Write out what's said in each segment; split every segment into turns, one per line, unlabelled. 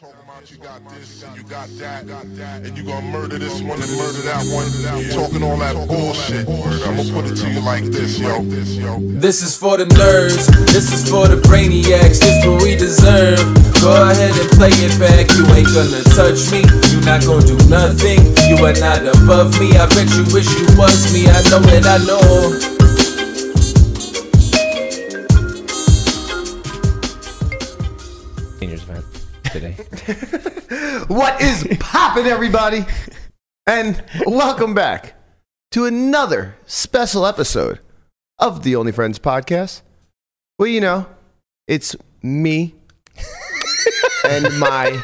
Talk about you got this and you got that, and you gonna murder this one and murder that one. Talking all that bullshit. I'ma put it to you like this, yo.
This is for the nerds, this is for the brainiacs, this what we deserve. Go ahead and play it back, you ain't gonna touch me, you not gonna do nothing, you are not above me. I bet you wish you was me, I know it, I know.
seniors event today.
What is poppin', everybody? And welcome back to another special episode of the Only Friends podcast. Well, you know, it's me and my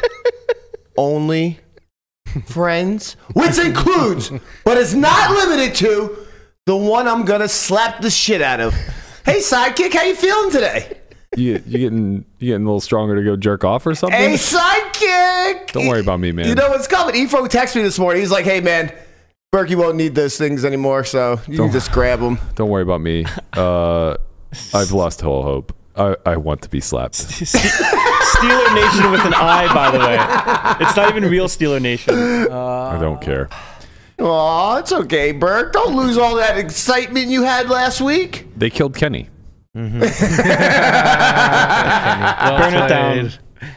only friends, which includes, but is not limited to, the one I'm gonna slap the shit out of. Hey, sidekick, how you feeling today?
you you getting you getting a little stronger to go jerk off or something?
Hey, sidekick!
Don't worry about me, man.
You know what's coming? Efro texted me this morning. He's like, "Hey, man, Berkey won't need those things anymore, so you can just grab them."
Don't worry about me. Uh, I've lost all hope. I, I want to be slapped.
Steeler Nation with an I, by the way. It's not even real Steeler Nation.
I don't care.
Aw, it's okay, Burke. Don't lose all that excitement you had last week.
They killed Kenny.
Burn it down.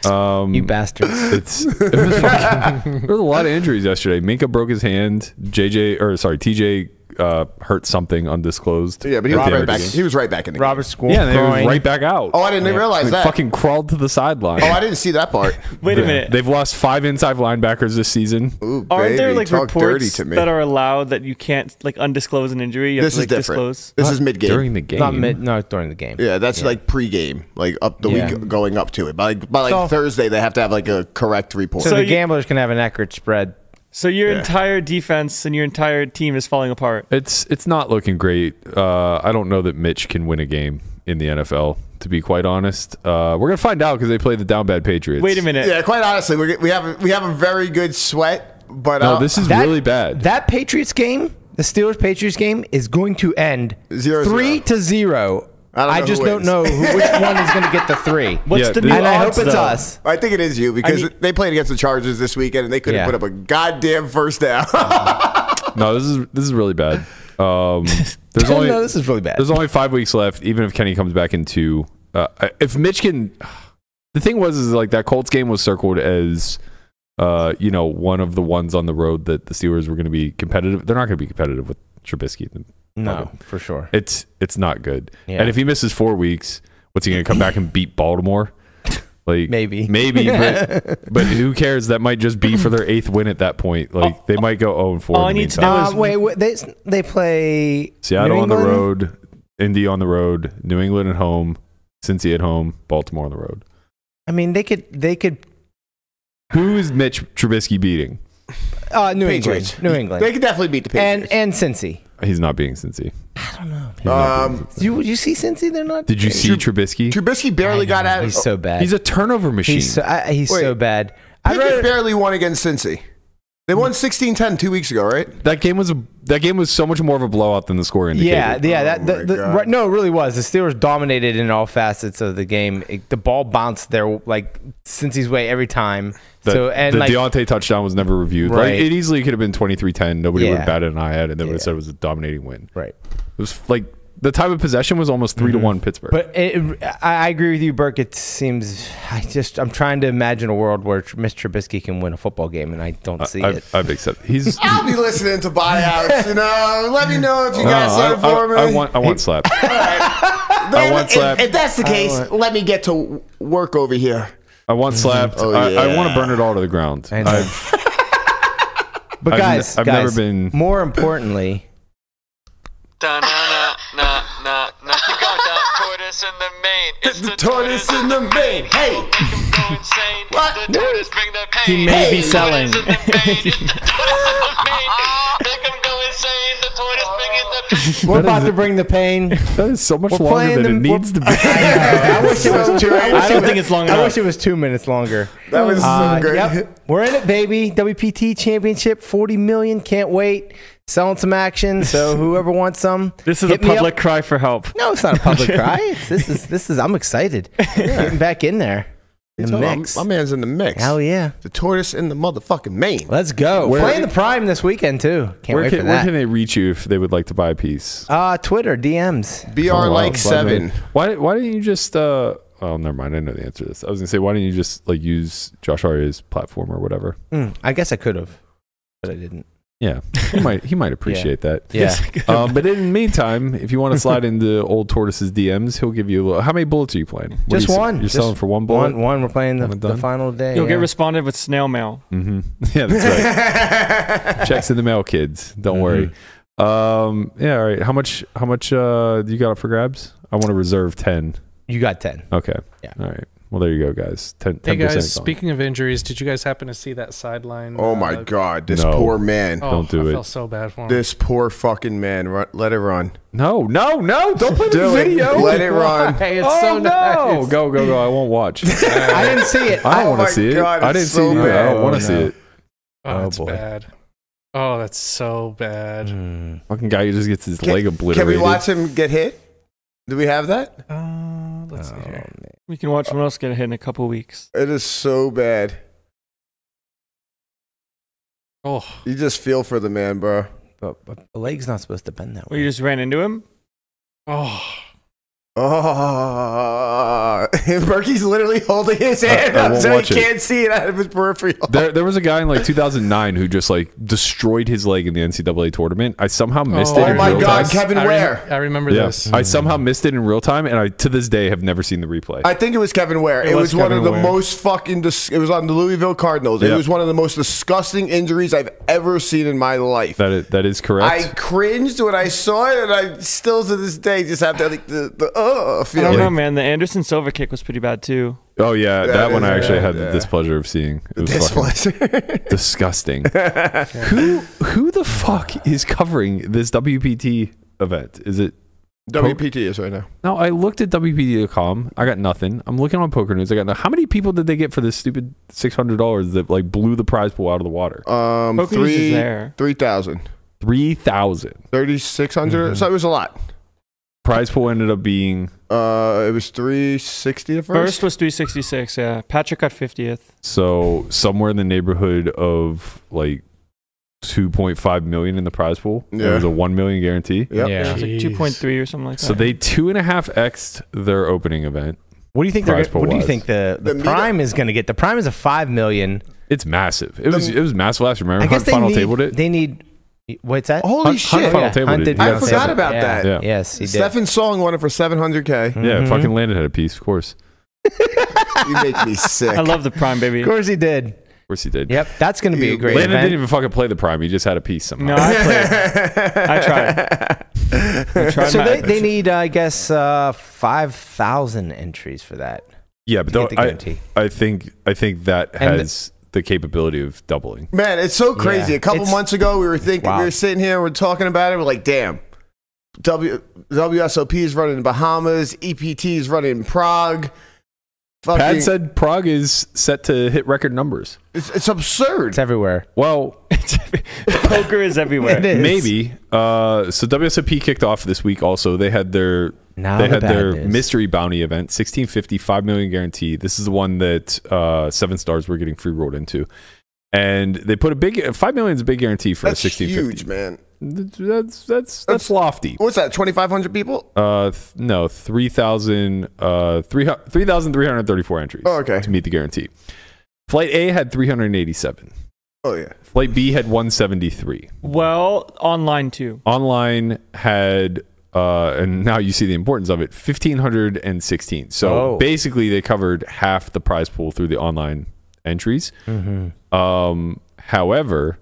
you bastards.
It's it was fucking, there was a lot of injuries yesterday. Minka broke his hand. JJ or sorry, TJ uh, hurt something undisclosed.
Yeah, but he
at
was
the end
right
of the
back.
game.
He was right back in the
Robert School.
Yeah, and they was right back out.
game. Oh, I didn't realize
They
that.
fucking crawled to the sideline.
oh, I didn't see that part.
Wait a minute.
They've lost five inside linebackers this season.
Ooh,
Aren't there
baby,
like
talk dirty
reports
to me.
that are allowed that you can't like undisclose an injury? You have
this
to,
is
like,
different.
Disclose?
This is mid
during
game.
the game.
Not mid, no, during the game.
Yeah, that's like pre-game, like up the
Yeah.
week going up to it. By like, by like
So-
Thursday, they have to have like a correct report.
So,
So
the
you-
gamblers can have an accurate spread.
So your entire defense and your entire team is falling apart.
It's it's not looking great. Uh, I don't know that Mitch can win a game in the NFL. To be quite honest, uh, we're gonna find out because they play the down bad Patriots.
Wait a minute.
yeah, quite honestly, we we have we have a very good sweat, but
No,
uh,
this is
That-
really bad.
That Patriots game, the Steelers Patriots game, is going to end
Zero,
three
zero.
to zero.
I don't know who
just don't
wins.
know who, which one is going to get the three.
What's
Yeah,
the
the-
new
and I hope
odds,
it's
though?
us.
I think it is you because
I mean-
they played against the Chargers this weekend and they couldn't
Yeah.
put up a goddamn first down.
no, this is this is really bad. Um, there's only
no, this is really bad.
there's only five weeks left. Even if Kenny comes back in two, uh, if Mitch can, the thing was is like that Colts game was circled as. Uh, you know, one of the ones on the road that the Steelers were going to be competitive. They're not going to be competitive with Trubisky.
No, for sure.
It's it's not good.
Yeah.
And if he misses four weeks, what's he gonna come back and beat Baltimore? Like
Maybe.
maybe, but but who cares? That might just be for their eighth win at that point. Like they might go zero and four.
all
in the
I need to
meantime.
know
Uh,
is-
wait, wait, they they play
Seattle
New
on the
England?
road, Indy on the road, New England at home, Cincy at home, Baltimore on the road.
I mean, they could they could
Who is Mitch Trubisky beating?
uh, New
Patriots.
England, New England,
they could definitely beat the
and
Patriots.
and Cincy.
He's not beating Cincy.
I don't know.
He's not beating
Um,
Cincy.
Did you, you see Cincy? They're not.
Did you see Trubisky?
Trubisky barely got out.
He's so bad.
He's a turnover machine.
He's so, I, he's
Wait.
so bad. I
Pickett
rather,
barely won against Cincy. They won 16-10 two weeks ago, right?
that game was a that game was so much more of a blowout than the score indicated.
yeah, yeah. That
Oh my
the, the,
God.
right, no, it really was. The Steelers dominated in all facets of the game. It- the ball bounced their like Cincy's way every time.
The,
so and
the
like
Deontay touchdown was never reviewed. Like
Right.
it easily could have been 23-10. Nobody would
Yeah.
have batted an eye at it. They would have
Yeah.
said it was a dominating win.
right,
It was like the time of possession was almost 3 to one Pittsburgh.
Mm-hmm. but it, I I agree with you, Burke. It seems I just I'm trying to imagine a world where Tr- Mr. Trubisky can win a football game, and I don't see it.
I've, I've accepted. He's. no,
I'll be listening to buyouts, you know. Let me know if you got
Oh, I,
something for me.
I- I want. I want slap.
Then
I want
if,
slap.
if that's the case, let me get to work over here.
I want slapped.
Oh,
I, I
yeah.
want to burn it all to the ground.
I know.
I've,
but
I've ne-
guys,
I've never
guys,
been-
More importantly,
Da na na na na na. You got that tortoise in the main. It's the, tortoise, in the main. Hey. Go insane.
What?
The tortoise bring the pain.
He may
Hey.
be
The tortoise
selling.
in the main. It's the tortoise in the main. Make 'em go insane. The tortoise bringing the pain.
we're about to bring the pain.
that is so much
We're
longer
playing
than
the-
it needs to be.
I wish it was two.
I don't think it's long
I
enough.
wish it was two minutes longer.
That was so great.
Uh, Yep. We're in it, baby. WPT Championship, 40 million. Can't wait. Selling some action. So whoever wants some,
This is
hit
a
me up.
public cry for help.
No, it's not a public cry. It's, this is this is. I'm excited. Getting back in there. The
Tell him
mix.
My man's in the mix.
Hell yeah.
The tortoise in the motherfucking main.
Let's go.
Where-
Playing the prime this weekend too. Can't
Where
wait for
can, where
that.
can they reach you if they would like to buy a piece?
uh, Twitter DMs.
BR
Oh, wow.
like seven.
Why why didn't you just uh oh never mind, I know the answer to this. I was gonna say why didn't you just like use Josh Aria's platform or whatever?
Mm, I guess I could have, but I didn't.
Yeah. He might he might appreciate that.
Yeah.
Um, but in the meantime, if you want to slide into old tortoise's DMs, he'll give you a little, how many bullets are you playing? What
Just
are you,
one.
You're
Just
selling for one bullet.
One, one. We're playing the,
One and
the
done.
final day.
You'll get
yeah.
responded with snail mail.
Mm-hmm. Yeah, that's right. Checks in the mail, kids. Don't worry. Um, yeah, all right. How much? How much uh, do you got up for grabs? I want to reserve ten.
you got ten.
Okay.
Yeah.
All right. Well, there you go, guys. Ten
Hey
percent.
guys, speaking of injuries, did you guys happen to see that sideline?
Oh
uh,
my god, this
No.
poor man.
Oh,
Don't do
I
it.
felt so bad for him.
This poor fucking man. Run, let it run.
no, no, no! Don't play the
Do it.
video.
Let it run.
Hey, it's
oh
so
no!
nice.
Go, go, go! I won't watch.
I
I
didn't see it.
don't
Oh
want
my
to see it.
God,
I
it's
didn't see
so
it either. I don't
bad.
want
Oh,
to see
no.
it.
oh,
oh,
that's
boy.
bad. Oh, that's so
Mm.
bad.
Fucking guy who just gets his leg
Can
obliterated.
we watch him get hit? Do we have that?
Mm.
Uh,
Oh,
let's see here.
We can watch someone else get hit in a couple weeks.
It is so bad.
Oh,
You just feel for the man, bro.
But, but the leg's not supposed to bend that
Well, you
way.
just ran into him.
oh,
Oh, Berkey's literally holding his hand
I
up
won't
so he
watch it.
can't see it out of his peripheral.
There, there was a guy in like 2009 who just like destroyed his leg in the NCAA tournament. I somehow missed
Oh
it. in
my
real
God,
time.
Kevin
I, re-
Ware.
I remember
Yeah.
this.
I somehow missed it in real time, and I to this day have never seen the replay.
I think it was Kevin Ware. It,
It
was,
was
one of
Kevin
the
Ware.
most fucking. Dis- it was on the Louisville Cardinals. It
Yeah.
was one of the most disgusting injuries I've ever seen in my life.
that is, that is
I
correct.
cringed when I saw it, and I still to this day just have that like the the uh
I
feeling.
don't know, man. The Anderson Silva kick was pretty bad too.
oh yeah, that,
That
one
is-
I actually had
yeah.
the displeasure of seeing. It was
This
fucking
was
disgusting. who who the fuck is covering this WPT event? Is it
WPT is right now.
no? I looked at WPT.com. I got nothing. I'm looking on Poker News. I got no, how many people did they get for this stupid six hundred dollars that like blew the prize pool out of the water?
Um,
Poker News is
three
there.
three thousand.
Three thousand.
3600 so it was a lot
Prize pool ended up being
uh it was 360 at first,
First was 366. Yeah, Patrick got 50th.
So somewhere in the neighborhood of like 2.5 million in the prize pool.
Yeah.
There was a 1 million guarantee.
Yep.
It
Yeah.
was like
Jeez.
2.3 or something like that.
So they two and a half xed their opening event.
What do you think? They're,
Prize
gonna-
pool
what do you
wise.
think the, the,
The meetup-
prime is going to get? The prime is a five million.
It's massive. It was
The-
it was massive last year. Remember
I guess
Hunt
they
final
need,
tabled it?
They need. What's that?
holy
Hunt-
shit
Hunt final tabled
Hunt
it.
did
Yeah.
i
Yeah.
forgot
Yeah.
about that
Yeah.
Yes, he did.
Stefan Song won it for 700k.
Yeah,
Mhm.
fucking Landon had a piece, of course.
You make me sick.
I love the prime, baby.
Of course he did.
Of course he did.
Yep, that's going to be
You
a great
Landon
event.
didn't even fucking play the prime. He just had a piece somehow.
No, I played. I tried. I tried
so
my-
they, they need, I guess, uh, five thousand entries for that.
Yeah, but
To get the
though,
guarantee.
I, I think I think that
And-
has the capability of doubling.
Man, it's so crazy.
Yeah.
A couple
It's-
months ago, we were thinking,
Wow.
we were sitting here, we're talking about it. We're like, damn, w, WSOP is running in Bahamas, EPT is running in Prague. Fucking,
Pat said Prague is set to hit record numbers.
it's, it's absurd.
It's everywhere.
Well,
Poker is everywhere.
It is.
Maybe. Uh, so WSOP kicked off this week. Also, they had their
Now
they
the
had
bad
their
news.
mystery bounty event, 1650, 5 million guarantee. This is the one that uh, seven stars were getting free rolled into, and they put a big five million is a big guarantee for
That's
a 1650.
huge, man. Oh.
That's, that's that's that's lofty.
What's that, 2,500 people?
Uh, th- no, 3,000, uh, three hu- 3,334 entries
Oh, okay.
to meet the guarantee. Flight A had 387.
Oh, yeah.
Flight B had 173.
Well, online too.
online had uh, and now you see the importance of it 1516 so
Oh.
basically they covered half the prize pool through the online entries
Mm-hmm.
um, however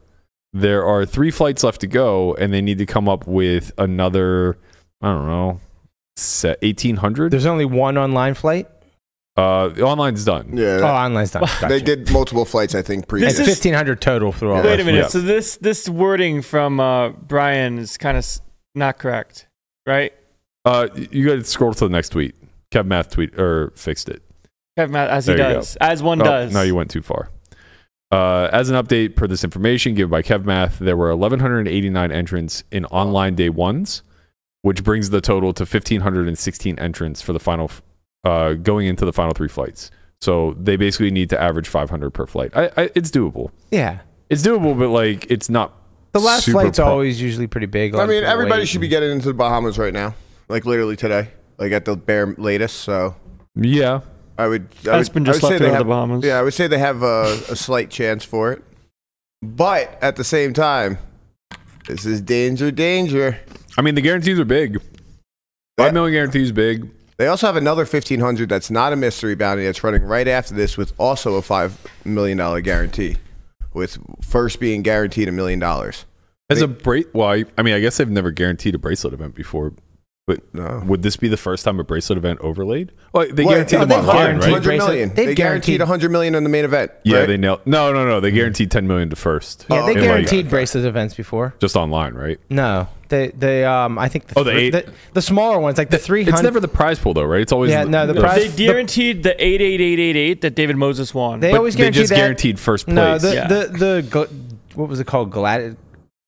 there are three flights left to go and they need to come up with another i don't know se- 1800
There's only one online flight.
uh, the online's done
Yeah.
Oh, online's done. Gotcha.
They did multiple flights, I think,
And
previous.
is-
fifteen hundred total through all.
Wait a
this.
minute.
Yeah.
So this this wording from uh, Brian is kind of not correct, right?
uh, you gotta scroll to the next tweet kev math tweet or fixed it
Kev Matt, as he
There you
does, as one
Oh,
does.
No, you went too far. Uh, as an update per this information given by KevMath, there were 1,189 entrants in online day ones, which brings the total to 1,516 entrants for the final, f- uh, going into the final three flights. So they basically need to average 500 per flight. I, I, it's doable.
Yeah.
It's doable, but like it's not.
The last
super
flight's
pro-
always usually pretty big.
I mean, everybody should be getting into the Bahamas right now, like literally today, like at the bare latest. So
Yeah,
I would. I
That's
would,
been
I would
just left
say
to
they
go to
have,
the Bahamas.
Yeah, I would say they have a, a slight chance for it, but at the same time, this is danger, danger.
I mean the guarantees are big. Five
Yeah.
million guarantees big.
They also have another fifteen hundred that's not a mystery bounty that's running right after this with also a five million dollar guarantee, with first being guaranteed a million dollars.
As
They-
a bra well, I, I mean, I guess I've never guaranteed a bracelet event before. But
No.
would this be the first time a bracelet event overlaid? Well, they
Well,
guaranteed
no,
them
they
on line,
guaranteed
right?
bracelet.
100 million.
They've
They guaranteed
guaranteed-
100 million in the main event.
Yeah,
right?
they nailed. No, no, no. They guaranteed 10 million to first.
Hmm. Yeah, they
And, like,
guaranteed bracelet events before.
just online, right?
No, they they um I think the
Oh, the
three-
eight-
the, the smaller ones like the three hundred.
It's never the prize pool though, right? It's always
Yeah, no, the
uh,
prize-
They guaranteed the 88888 that David Moses won.
They
But
always
they
guarantee
just
that.
guaranteed first
No,
place.
the
Yeah.
the, the gl- what was it called? Glad.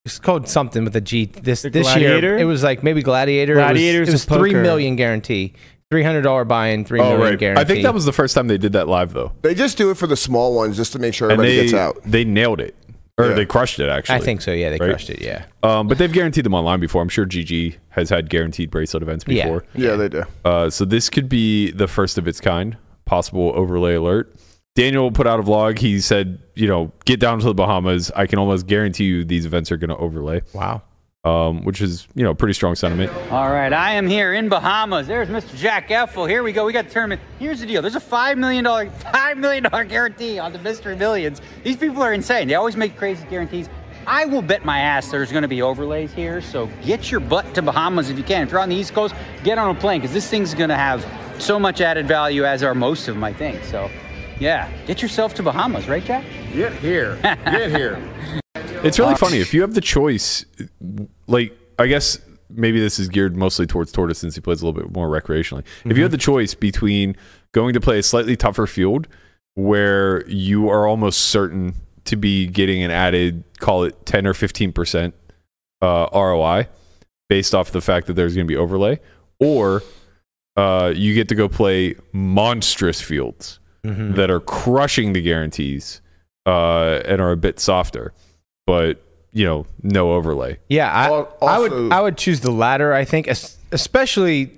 It's called something with a G. This
The
this
Gladiator?
year it was like maybe Gladiator. It was-
Gladiators
It was,
of
three
poker.
million guarantee. Three hundred dollar buy-in. Three million
Oh, right.
guarantee.
I think that was the first time they did that live though,
They just do it for the small ones just to make sure
and
everybody
they
gets out.
they nailed it or
Yeah.
they crushed it actually.
I think so. Yeah, they
right?
crushed it. Yeah.
Um, but they've guaranteed them online before. I'm sure GG has had guaranteed bracelet events
Yeah.
before.
Yeah, they do.
Uh, so this could be the first of its kind. Possible overlay alert. Daniel put out a vlog. He said, you know, get down to the Bahamas. I can almost guarantee you these events are going to overlay,
Wow.
um, which is, you know, pretty strong sentiment.
All right, I am here in Bahamas. There's Mr. Jack Effel. Here we go. We got the tournament. Here's the deal. There's a five million dollar five million dollar guarantee on the Mystery Millions. These people are insane. They always make crazy guarantees. I will bet my ass there's going to be overlays here. So get your butt to Bahamas if you can. If you're on the East Coast, get on a plane because this thing's going to have so much added value as are most of my things. So, yeah, get yourself to Bahamas, right, Jack?
It's really funny. If you have the choice, like, I guess maybe this is geared mostly towards Tortoise since he plays a little bit more recreationally. If you had the choice between going to play a slightly tougher field where you are almost certain to be getting an added, call it 10 or 15% uh, ROI based off the fact that there's going to be overlay, or uh, you get to go play monstrous fields
Mm-hmm.
that are crushing the guarantees uh, and are a bit softer, but you know, no overlay.
Yeah, I,
Al-
I
also-
would I would choose the latter. I think, es- especially.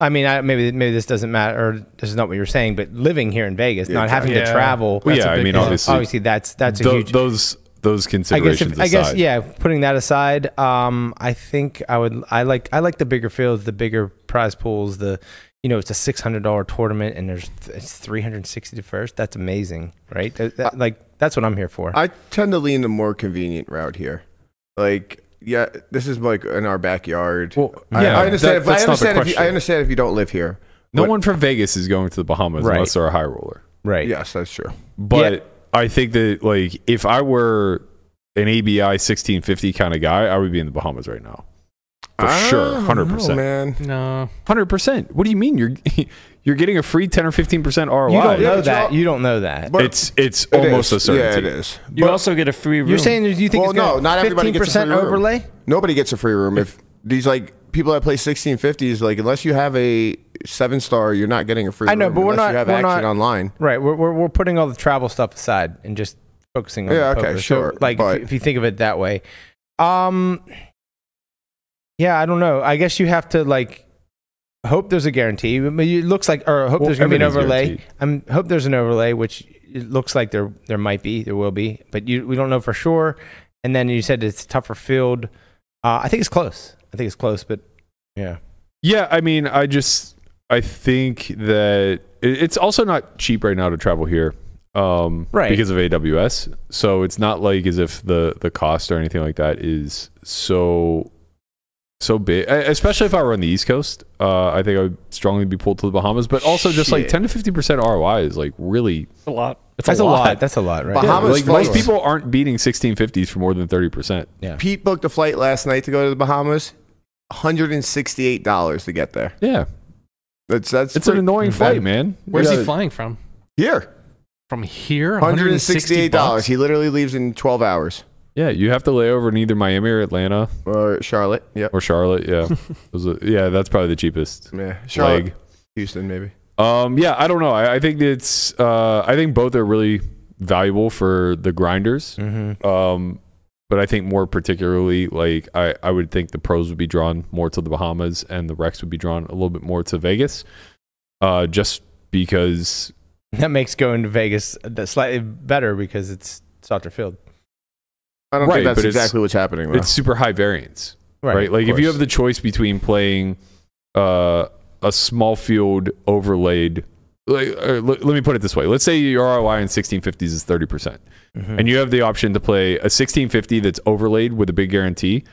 I mean, I, maybe maybe this doesn't matter. or This is not what you're saying, but living here in Vegas, not having to
Yeah.
travel.
Well,
that's a
yeah, I
big-
mean,
is-
obviously-
obviously that's that's a
Tho-
huge.
those those
I guess
considerations
if, I guess
aside.
yeah. Putting that aside, um, I think I would I like I like the bigger fields, the bigger prize pools. The you know it's a six hundred dollar tournament, and there's th- it's three hundred sixty first. That's amazing, right? That- that- like that's what I'm here for.
I tend to lean the more convenient route here. Like, yeah, this is like in our backyard.
Well,
I-
uh,
yeah,
I, understand.
that-
if, I
that's not the
understand. If you, I
question.
understand if you don't live here.
No
But-
one from Vegas is going to the Bahamas
Right.
unless they're a high roller.
right.
Yes, that's true.
But
Yeah.
I think that like if I were an ABI sixteen fifty kind of guy, I would be in the Bahamas right now. For
I
sure.
don't
Hundred
know,
percent.
Oh, man.
No.
Hundred percent. What do you mean? You're you're getting a free ten or fifteen percent ROI.
You don't
Yeah,
know
but
that.
y'all-
You don't know that.
But
it's it's
It
almost
is.
a certainty.
Yeah, it is.
you also get a free room.
You're saying that you think
well,
it's gonna
no, not everybody gets a
15%
free room.
overlay.
Nobody gets a free room if these like people that play 1650s. Like, unless you have a seven star, you're not getting a free.
I know,
room
but we're
unless
not-
You have
we're
action
not-
online.
Right. We're, we're, we're putting all the travel stuff aside and just focusing on
Yeah,
the
okay,
poker.
sure,
So, like if,
but-
you- if you think of it that way. Um Yeah, I don't know. I guess you have to like hope there's a guarantee. I mean, It looks like or hope
Well,
there's going to be an
everything's
overlay.
guaranteed.
I'm hope there's an overlay which it looks like there there might be, there will be, but you we don't know for sure. And then you said it's tougher field. Uh, I think it's close. I think it's close, but yeah.
Yeah, I mean, I just I think that it- it's also not cheap right now to travel here, um,
Right.
Because of AWS, so it's not like as if the the cost or anything like that is so so big. E- Especially if I were on the East Coast, uh, I think I would strongly be pulled to the Bahamas. But also, just like
Shit.
ten to fifty percent ROI is like really
a lot.
That's a lot. That's a lot, right?
Bahamas
like
flights.
most people aren't beating sixteen fifties for more than thirty percent.
Pete booked a flight last night to go to the Bahamas. $168 to get there.
Yeah,
That's that's
it's an
pretty-
annoying flight, man.
Where's
Yeah.
he flying from?
Here,
From here?
$168.
$168.
He literally leaves in 12 hours.
Yeah, you have to lay over in either Miami or Atlanta.
Or Charlotte. Yep.
or Charlotte. Yeah, Those are- yeah, that's probably the cheapest
Yeah. Charlotte.
leg.
Houston, maybe.
Um, yeah, I don't know. I, I think it's. Uh, I think both are really valuable for the grinders.
Mm-hmm.
Um, but I think more particularly, like I, I would think the pros would be drawn more to the Bahamas and the Rex would be drawn a little bit more to Vegas, uh, just because.
That makes going to Vegas th- slightly better because it's softer field.
I don't
Right,
think that's
but it's-
exactly what's happening. Though.
It's super high variance, right? Like if you have the choice between playing uh, a small field overlaid, like, uh, l- let me put it this way: let's say your ROI in 1650s is 30 percent, and you have the option to play a 1650 that's overlaid with a big guarantee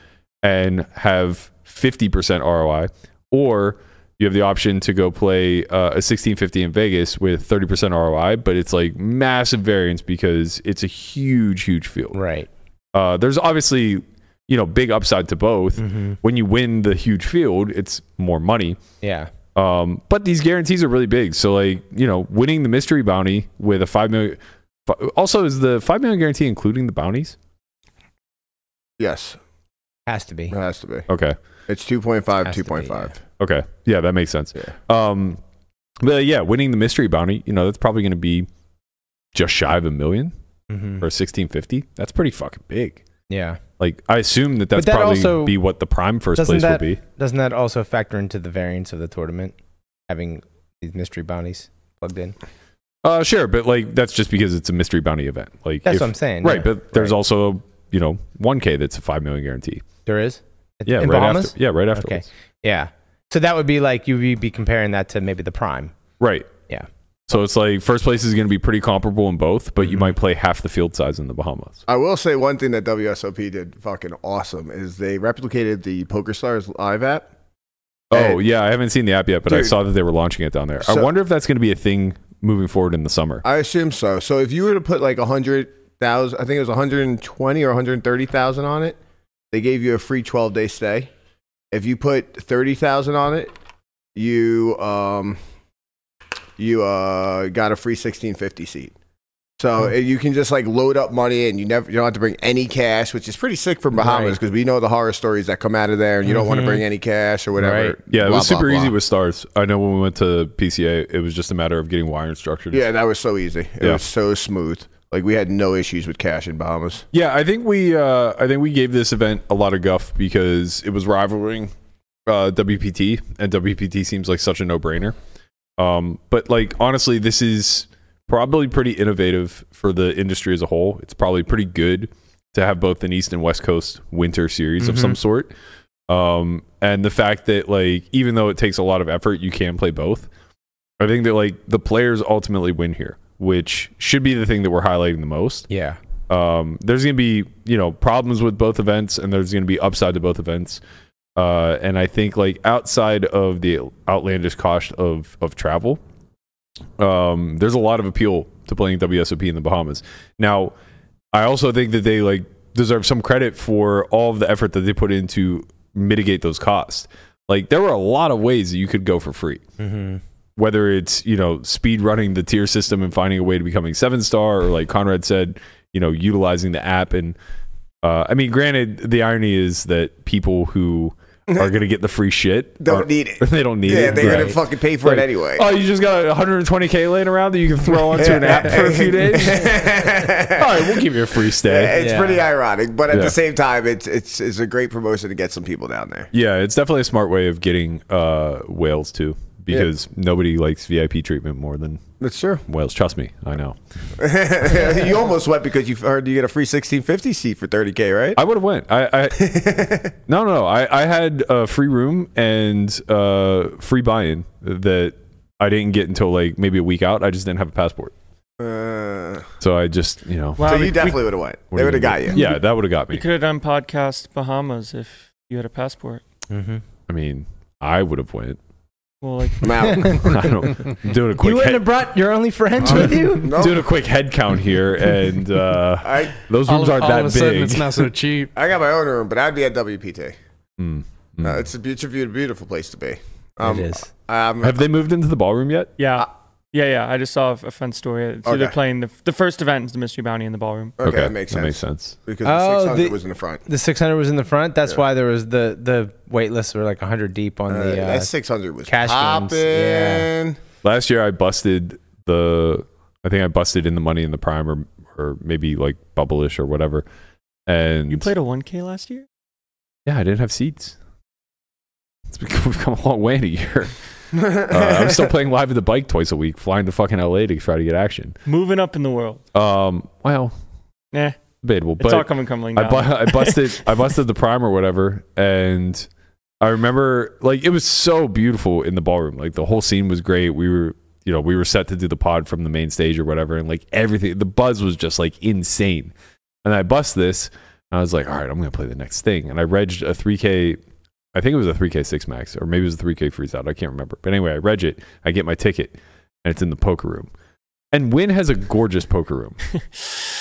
and have 50 percent ROI, or you have the option to go play uh, a 1650 in Vegas with 30% ROI, but it's like massive variance because it's a huge, huge field.
Right.
Uh, there's obviously, you know, big upside to both. When you win the huge field, it's more money.
Yeah.
Um, but these guarantees are really big. So, like, you know, winning the mystery bounty with a five million. fi- Also, is the five million guarantee including the bounties?
yes,
Has to be.
it has to be.
Okay.
It's 2.5,
Has to be,
2.5.
Okay. Yeah, that makes sense. Um, but yeah, winning the mystery bounty, you know, that's probably going to be just shy of a 1000000
Mhm.
or 1650. That's pretty fucking big.
Yeah.
Like, I assume that that's
But that
probably
also-
be what the prime first
Doesn't
place
that,
would be.
doesn't that also factor into the variance of the tournament? Having these mystery bounties plugged in?
Uh, sure, but like that's just because it's a mystery bounty event. Like
That's
if-
what I'm saying,
right?
yeah.
But there's
Right.
also you know 1K that's a five million guarantee.
There is? At-
Yeah,
in
right
Bahamas?
after. Yeah, right
Okay.
afterwards.
Yeah. So that would be like you would be comparing that to maybe the prime.
Right.
Yeah.
So it's like first place is going to be pretty comparable in both, but you
Mm-hmm.
might play half the field size in the Bahamas.
I will say one thing that WSOP did fucking awesome is they replicated the PokerStars live app.
Oh
And
yeah, I haven't seen the app yet, but I
Dude.
saw that they were launching it down there. I
So-
wonder if that's going to be a thing moving forward in the summer.
I assume so. So if you were to put like a hundred thousand, I think it was one hundred and twenty or one hundred thirty thousand on it, they gave you a free twelve day stay. If you put thirty thousand on it, you um, you uh got a free sixteen fifty seat. So
Hmm.
uh, you can just like load up money and you never you don't have to bring any cash, which is pretty sick for Bahamas because we know the horror stories that come out of there, and you don't want to bring any cash or whatever.
Right.
Mm-hmm. yeah, it
blah,
was
blah,
super
blah.
easy with stars. I know when we went to PCA, it was just a matter of getting wire instructions.
Yeah, that was so easy. It
Yeah.
was so smooth. Like we had no issues with cash in Bahamas.
Yeah, I think we uh, I think we gave this event a lot of guff because it was rivaling uh, WPT, and WPT seems like such a no brainer. Um, but like honestly, this is probably pretty innovative for the industry as a whole. It's probably pretty good to have both an East and West Coast winter series of some sort. Um, and the fact that like even though it takes a lot of effort, you can play both. I think that like the players ultimately win here, which should be the thing that we're highlighting the most
Yeah.
um, there's going to be you know problems with both events and there's going to be upside to both events uh, and i think like outside of the outlandish cost of of travel um, there's a lot of appeal to playing wsop in the bahamas now i also think that they like deserve some credit for all of the effort that they put in to mitigate those costs like there were a lot of ways that you could go for free
Mm-hmm.
whether it's you know speed running the tier system and finding a way to becoming seven star or like conrad said you know utilizing the app and uh, i mean granted the irony is that people who are going to get the free shit
Don't
are-
need it.
they don't need
Yeah,
it
they're
right.
gonna fucking pay for
Like,
it anyway.
oh you just got a 120k laying around that you can throw onto an app for a few days all right we'll give you a free stay
it's pretty ironic, but at
Yeah.
the same time, it's it's it's a great promotion to get some people down there.
yeah it's definitely a smart way of getting uh, whales too because nobody likes vip treatment more than
That's true.
whales trust me i know
you almost went because you heard you get a free sixteen fifty seat for thirty k, right?
I would have went. I, I no, no. I, I had a free room and uh, free buy-in that I didn't get until like maybe a week out. I just didn't have a passport,
Uh,
so I just you know.
so
Wow,
you
we-
definitely would have went.
what
They
are
would have got
gonna
you.
do? Yeah, that would have got
You
me.
could have done podcast Bahamas if you had a passport.
I mean, I would have went.
Well, like
I'm out.
I don't doing a quick
you wouldn't have
head,
brought your only friends with you?
No,
doing a quick head count here, and uh,
I
those
All,
rooms
of,
aren't
all
that
of a sudden,
big.
it's not so cheap.
I got my own room, but I'd be at WPT.
Mm, mm.
Uh, it's a beautiful, beautiful place to be. Um,
it is.
I'm-
have they moved into the ballroom yet?
yeah, yeah, yeah. I just saw a a fun story. It's either
Okay.
playing the the first event is the mystery bounty in the ballroom.
okay, that makes sense.
That makes sense.
Because
Oh,
the six hundred
the-
was in the front.
The 600 was in the front. That's why there was the the wait lists were like 100 deep on
Uh,
the uh,
that six hundred was
cash games,
popping.
yeah.
Last year I busted the I think I busted in the money in the prime or or maybe like bubble-ish or whatever. And
You played a 1K last year?
yeah, I didn't have seats. It's become, we've come a long way in a year. Uh, I'm still playing live at the bike twice a week, flying to fucking LA to try to get action.
Moving up in the world.
Um, well,
Nah,
debatable,
Eh. it's
but
all coming coming
I,
down.
bu- I busted I busted the prime or whatever, and I remember like it was so beautiful in the ballroom. Like the whole scene was great. We were you know we were set to do the pod from the main stage or whatever, and like everything the buzz was just like insane. And I bust this, and I was like, all right, I'm gonna play the next thing. And I regged a 3K. I think it was a 3K six max, or maybe it was a 3K freeze out. I can't remember. But anyway, I reg it. I get my ticket, and it's in the poker room. And Wynn has a gorgeous poker room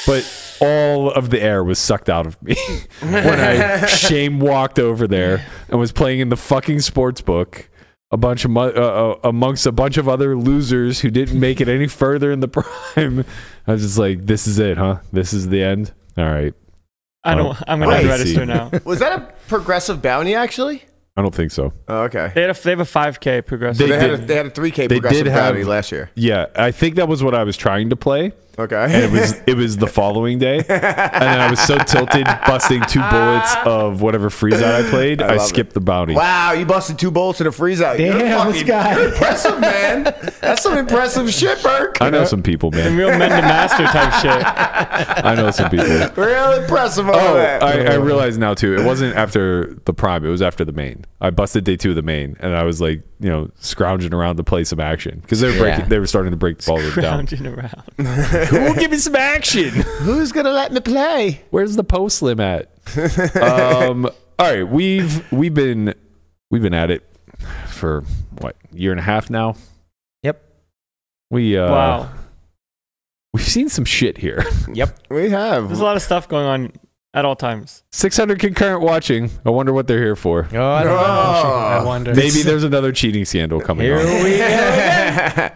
but all of the air was sucked out of me when I shame walked over there and was playing in the fucking sports book. A bunch of mu- uh, uh, amongst a bunch of other losers who didn't make it any further in the prime. I was just like, "This is it, huh? This is the end." All right,
I don't.
Oh,
I'm gonna
I see.
register now.
Was that a progressive bounty actually?
I don't think so.
Oh, okay.
They had a, they have a 5K progressive.
They,
They
had a,
did-
they had a 3K
they
progressive
did have-
bounty last year.
Yeah, I think that was what I was trying to play, and
Okay.
it was it was the following day, and then I was so tilted, busting two bullets of whatever freeze out I played, I,
love it.
skipped the bounty.
wow, you busted two bullets in a freeze out. You're
Damn, this
fucking-
guy.
you're impressive, man. That's some impressive shit, Burke.
I know some people, man.
Real men to master type shit.
I know some people.
Real impressive on
Oh,
that.
I, I realize now too. It wasn't after the prime. It was after the main. I busted day two of the main, and I was like, you know, scrounging around to play some action because they were breaking.
Yeah.
They were starting to break the ball down.
Rounding around.
Who give me some action?
Who's gonna let me play?
Where's the post slim at? um, all right, we've we've been we've been at it for what year and a half now.
Yep.
We uh,
wow.
We've seen some shit here.
We have.
There's a lot of stuff going on at all times.
600 concurrent watching. I wonder what they're here for.
Oh, I don't
I
Oh.
wonder.
Maybe there's another cheating scandal coming
Here
on.
Yeah.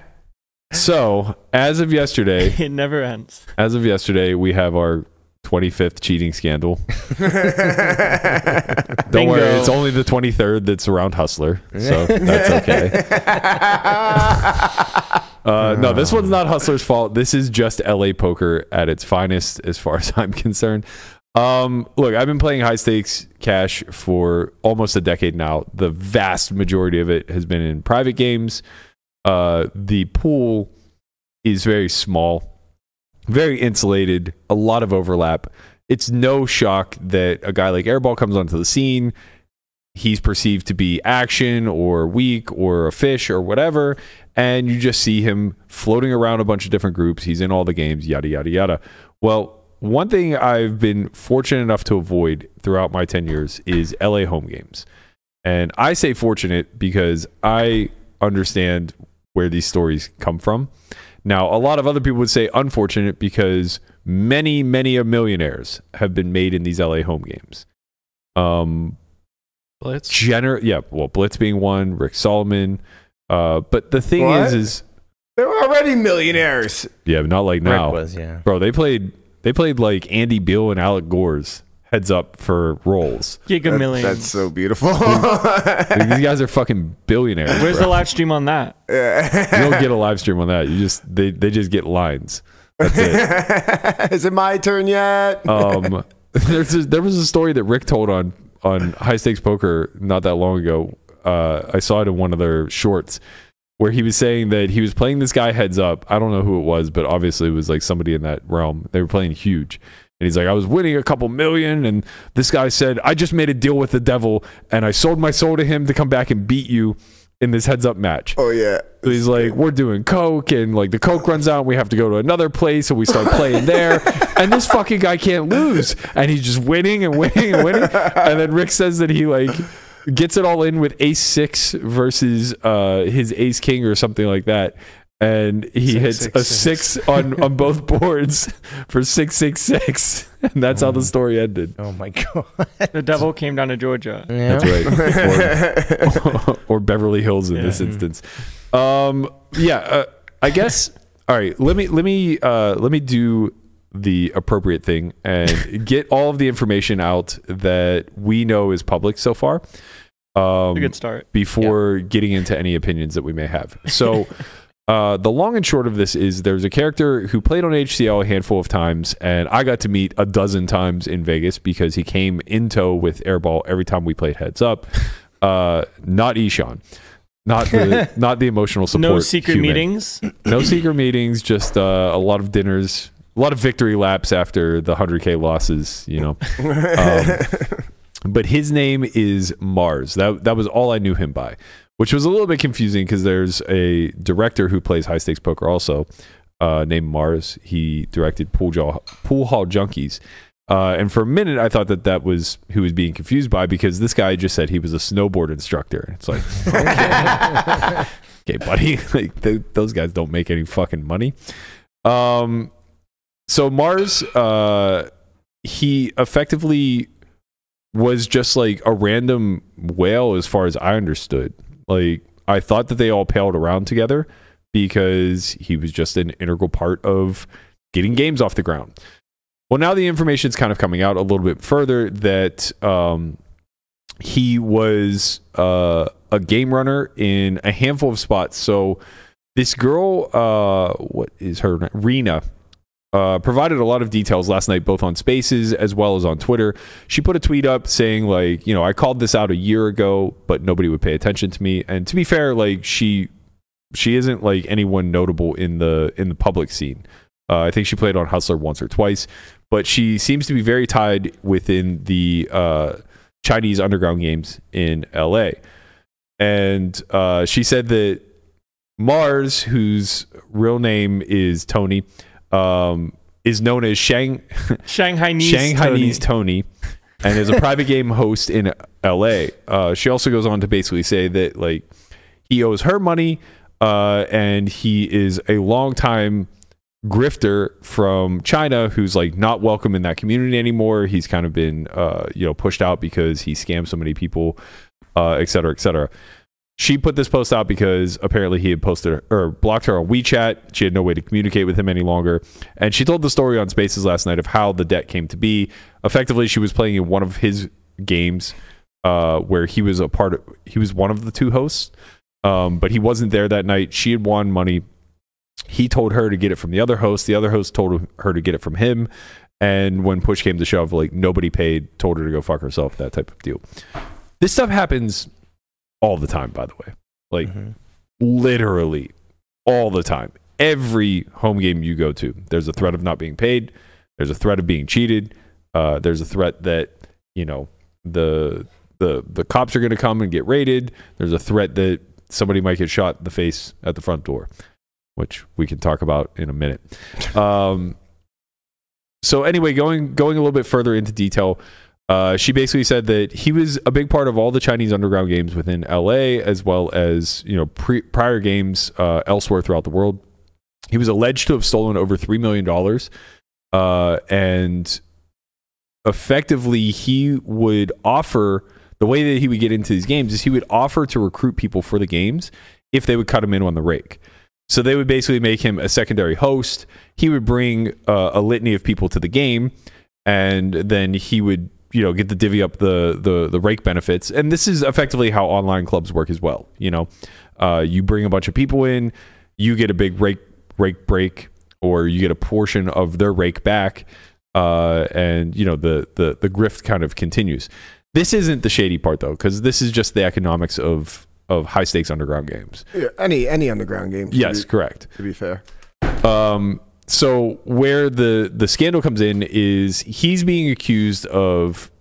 So, as of yesterday,
It never ends.
as of yesterday, we have our 25th cheating scandal. Don't worry,
Bingo.
it's only the 23rd that's around Hustler, so that's okay. Uh, no, this one's not Hustler's fault. This is just LA poker at its finest, as far as I'm concerned. Um, look, I've been playing high stakes cash for almost a decade now. The vast majority of it has been in private games. Uh, the pool is very small, very insulated, a lot of overlap. It's no shock that a guy like Airball comes onto the scene. He's perceived to be action or weak or a fish or whatever. And you just see him floating around a bunch of different groups. He's in all the games, yada, yada, yada. Well, one thing I've been fortunate enough to avoid throughout my 10 years is LA home games. And I say fortunate because I understand where these stories come from. Now, a lot of other people would say unfortunate because many, many a millionaires have been made in these LA home games. Um,
Blitz.
gener- yeah, well, Blitz being one, Rick Solomon. Uh, but the thing
What?
is, is
They were already millionaires.
yeah, not like
know.
now,
Rick was, yeah.
bro. They played, they played like Andy Bill and Alec Gore's heads up for roles.
Giga millions.
That's so beautiful.
Like, these guys are fucking billionaires.
Where's
bro.
the live stream on that?
you don't get a live stream on that. You just they they just get lines. That's it.
Is it my turn yet?
um, there's a, there was a story that Rick told on on High Stakes Poker not that long ago. Uh, I saw it in one of their shorts where he was saying that he was playing this guy heads up. I don't know who it was, but obviously it was like somebody in that realm. They were playing huge. And he's like, I was winning a couple million, and this guy said, I just made a deal with the devil, and I sold my soul to him to come back and beat you in this heads up match.
oh yeah.
So he's like, we're doing coke, and like the coke runs out, and we have to go to another place, and we start playing there. and this fucking guy can't lose, and he's just winning and winning and winning. And then Rick says that he like gets it all in with ace six versus uh, his ace king or something like that. And he hits
six,
a six, on on both boards for six six six, and that's how the
Mm-hmm.
story ended.
Oh my god.
The devil came down to Georgia.
That's right. Or, or Beverly Hills in this instance. Um, yeah, uh, I guess. All right, let me let me uh, let me do the appropriate thing and get all of the information out that we know is public so far. Um,
A good start.
before getting into any opinions that we may have. So, Uh, the long and short of this is there's a character who played on HCL a handful of times, and I got to meet a dozen times in Vegas because he came in tow with Airball every time we played Heads Up. Uh, not Eshawn, not the not the emotional support.
No secret
human.
meetings.
no secret meetings. Just uh, a lot of dinners, a lot of victory laps after the hundred k losses. You know. Um, but his name is Mars. That that was all I knew him by, which was a little bit confusing because there's a director who plays high stakes poker also, uh, named Mars. He directed Pool, Jaw, Pool Hall Junkies. Uh, and for a minute, I thought that that was who he was being confused by because this guy just said he was a snowboard instructor. It's like, okay, buddy, like th- those guys don't make any fucking money. Um, so Mars, uh, he effectively was just like a random whale as far as I understood. Like I thought that they all paled around together because he was just an integral part of getting games off the ground. Well, now the information's kind of coming out a little bit further that um, he was uh, a game runner in a handful of spots. So this girl, uh, what is her name? Rena, uh, provided a lot of details last night, both on Spaces as well as on Twitter. She put a tweet up saying, like, you know, I called this out a year ago, but nobody would pay attention to me. And to be fair, like, she she isn't like anyone notable in the in the public scene. Uh, I think she played on Hustler once or twice, but she seems to be very tied within the uh, Chinese underground games in LA. And uh, she said that Mars, whose real name is Tony, um, is known as Shang
Shanghainese.
Shanghainese Tony. and is a private game host in L.A. Uh, she also goes on to basically say that like he owes her money, uh, and he is a longtime grifter from China who's like not welcome in that community anymore. He's kind of been uh, you know pushed out because he scammed so many people, uh, et cetera, et cetera. She put this post out because apparently he had posted or blocked her on WeChat. She had no way to communicate with him any longer. And she told the story on Spaces last night of how the debt came to be. Effectively, she was playing in one of his games uh, where he was a part of, he was one of the two hosts, um, but he wasn't there that night. She had won money. He told her to get it from the other host. The other host told her to get it from him. And when push came to shove, like nobody paid, told her to go fuck herself, that type of deal. This stuff happens all the time, by the way. Like
Mm-hmm.
literally all the time. Every home game you go to, there's a threat of not being paid. There's a threat of being cheated. Uh, there's a threat that you know the the the cops are going to come and get raided. There's a threat that somebody might get shot in the face at the front door, which we can talk about in a minute. Um, so anyway, going going a little bit further into detail, uh, she basically said that he was a big part of all the Chinese underground games within LA, as well as you know pre- prior games uh, elsewhere throughout the world. He was alleged to have stolen over three million dollars, uh, and effectively he would offer the way that he would get into these games is he would offer to recruit people for the games if they would cut him in on the rake. So they would basically make him a secondary host. He would bring uh, a litany of people to the game, and then he would you know get to divvy up the the the rake benefits. And this is effectively how online clubs work as well. You know, uh, you bring a bunch of people in, you get a big rake rake break, or you get a portion of their rake back, uh, and you know the the the grift kind of continues. This isn't the shady part though, because this is just the economics of of high stakes underground games.
Yeah, any any underground game. to
Yes,
be-
correct.
to be fair.
Um, so where the the scandal comes in is he's being accused of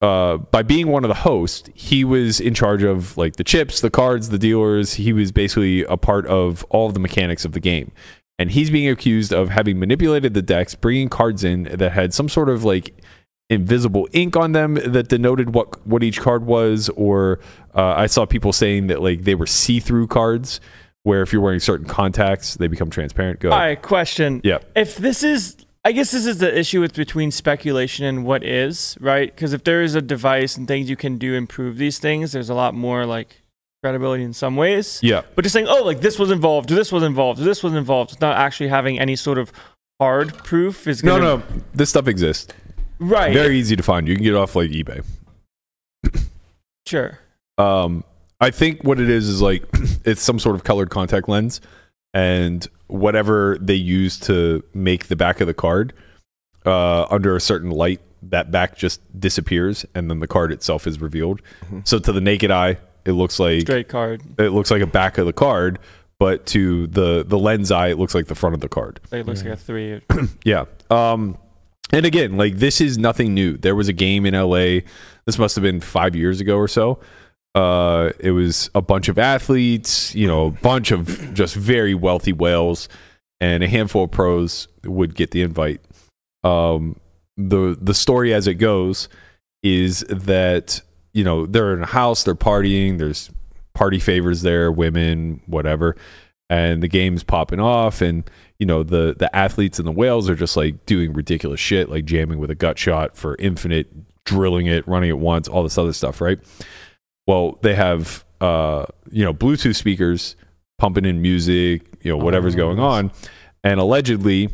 uh, by being one of the hosts. He was in charge of like the chips, the cards, the dealers. He was basically a part of all of the mechanics of the game. And he's being accused of having manipulated the decks, bringing cards in that had some sort of like invisible ink on them that denoted what what each card was or uh, i saw people saying that like they were see-through cards where if you're wearing certain contacts they become transparent go
All
ahead.
right, question.
Yeah.
If this is, I guess this is the issue with between speculation and what is, right? Because if there is a device and things you can do improve these things, there's a lot more like credibility in some ways.
Yeah.
But just saying, oh, like this was involved, or this was involved, or this was involved, not actually having any sort of hard proof is
No,
gonna, Oh,
no, this stuff exists.
right?
Very easy to find. You can get it off like eBay.
sure.
Um, I think what it is is like it's some sort of colored contact lens and whatever they use to make the back of the card uh, under a certain light, that back just disappears, and then the card itself is revealed. So to the naked eye, it looks like
Mm-hmm. Straight card,
it looks like a back of the card, but to the the lens eye, it looks like the front of the card.
but it looks like a three.
Yeah. Um, and again, like this is nothing new. There was a game in LA. This must have been five years ago or so. Uh, it was a bunch of athletes, you know, a bunch of just very wealthy whales, and a handful of pros would get the invite. Um, the the story as it goes is that you know they're in a house, they're partying, there's party favors there, women, whatever, and the game's popping off, and you know the the athletes and the whales are just like doing ridiculous shit, like jamming with a gut shot for infinite, drilling it, running it once, all this other stuff, right? Well, they have uh, you know Bluetooth speakers pumping in music, you know whatever's going on, and allegedly,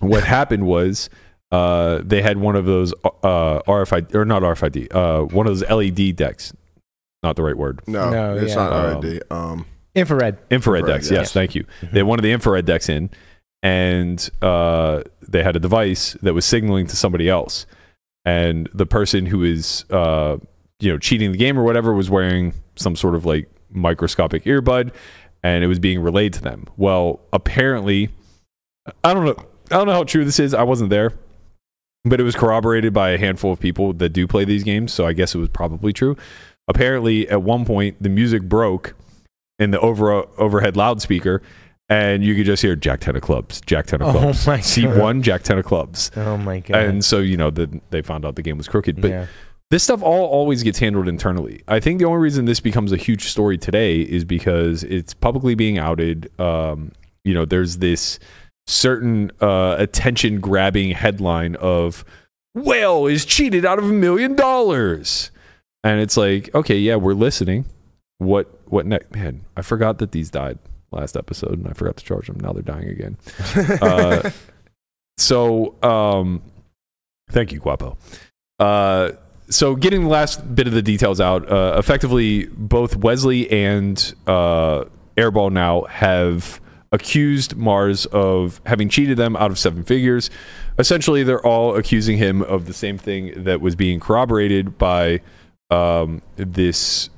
what happened was. Uh, they had one of those uh, RFID or not RFID, uh, one of those LED decks. Not the right word.
No,
No,
it's
yeah.
not RID. Um,
Infrared.
infrared,
Infrared,
decks.
yeah.
Yes, thank you. They had one of the infrared decks in, and uh, they had a device that was signaling to somebody else, and the person who is uh, you know cheating the game or whatever was wearing some sort of like microscopic earbud, and it was being relayed to them. Well, apparently, I don't know. I don't know how true this is. I wasn't there. But it was corroborated by a handful of people that do play these games, so I guess it was probably true. Apparently, at one point, the music broke, in the over overhead loudspeaker, and you could just hear Jack Ten of Clubs, Jack Ten of
Oh
Clubs,
my
seat
God.
one, Jack Ten of Clubs,
Oh my god.
and so you know the, they found out the game was crooked. But
yeah.
this stuff all always gets handled internally. I think the only reason this becomes a huge story today is because it's publicly being outed. Um, you know, there's this certain uh, attention grabbing headline of whale is cheated out of a million dollars, and it's like, okay, yeah, we're listening. What what next? Man, I forgot that these died last episode, and I forgot to charge them. Now they're dying again. Uh, so, um, thank you, Guapo. Uh, so getting the last bit of the details out, uh, effectively both Wesley and uh, Airball now have accused Mars of having cheated them out of seven figures. Essentially, they're all accusing him of the same thing that was being corroborated by um, this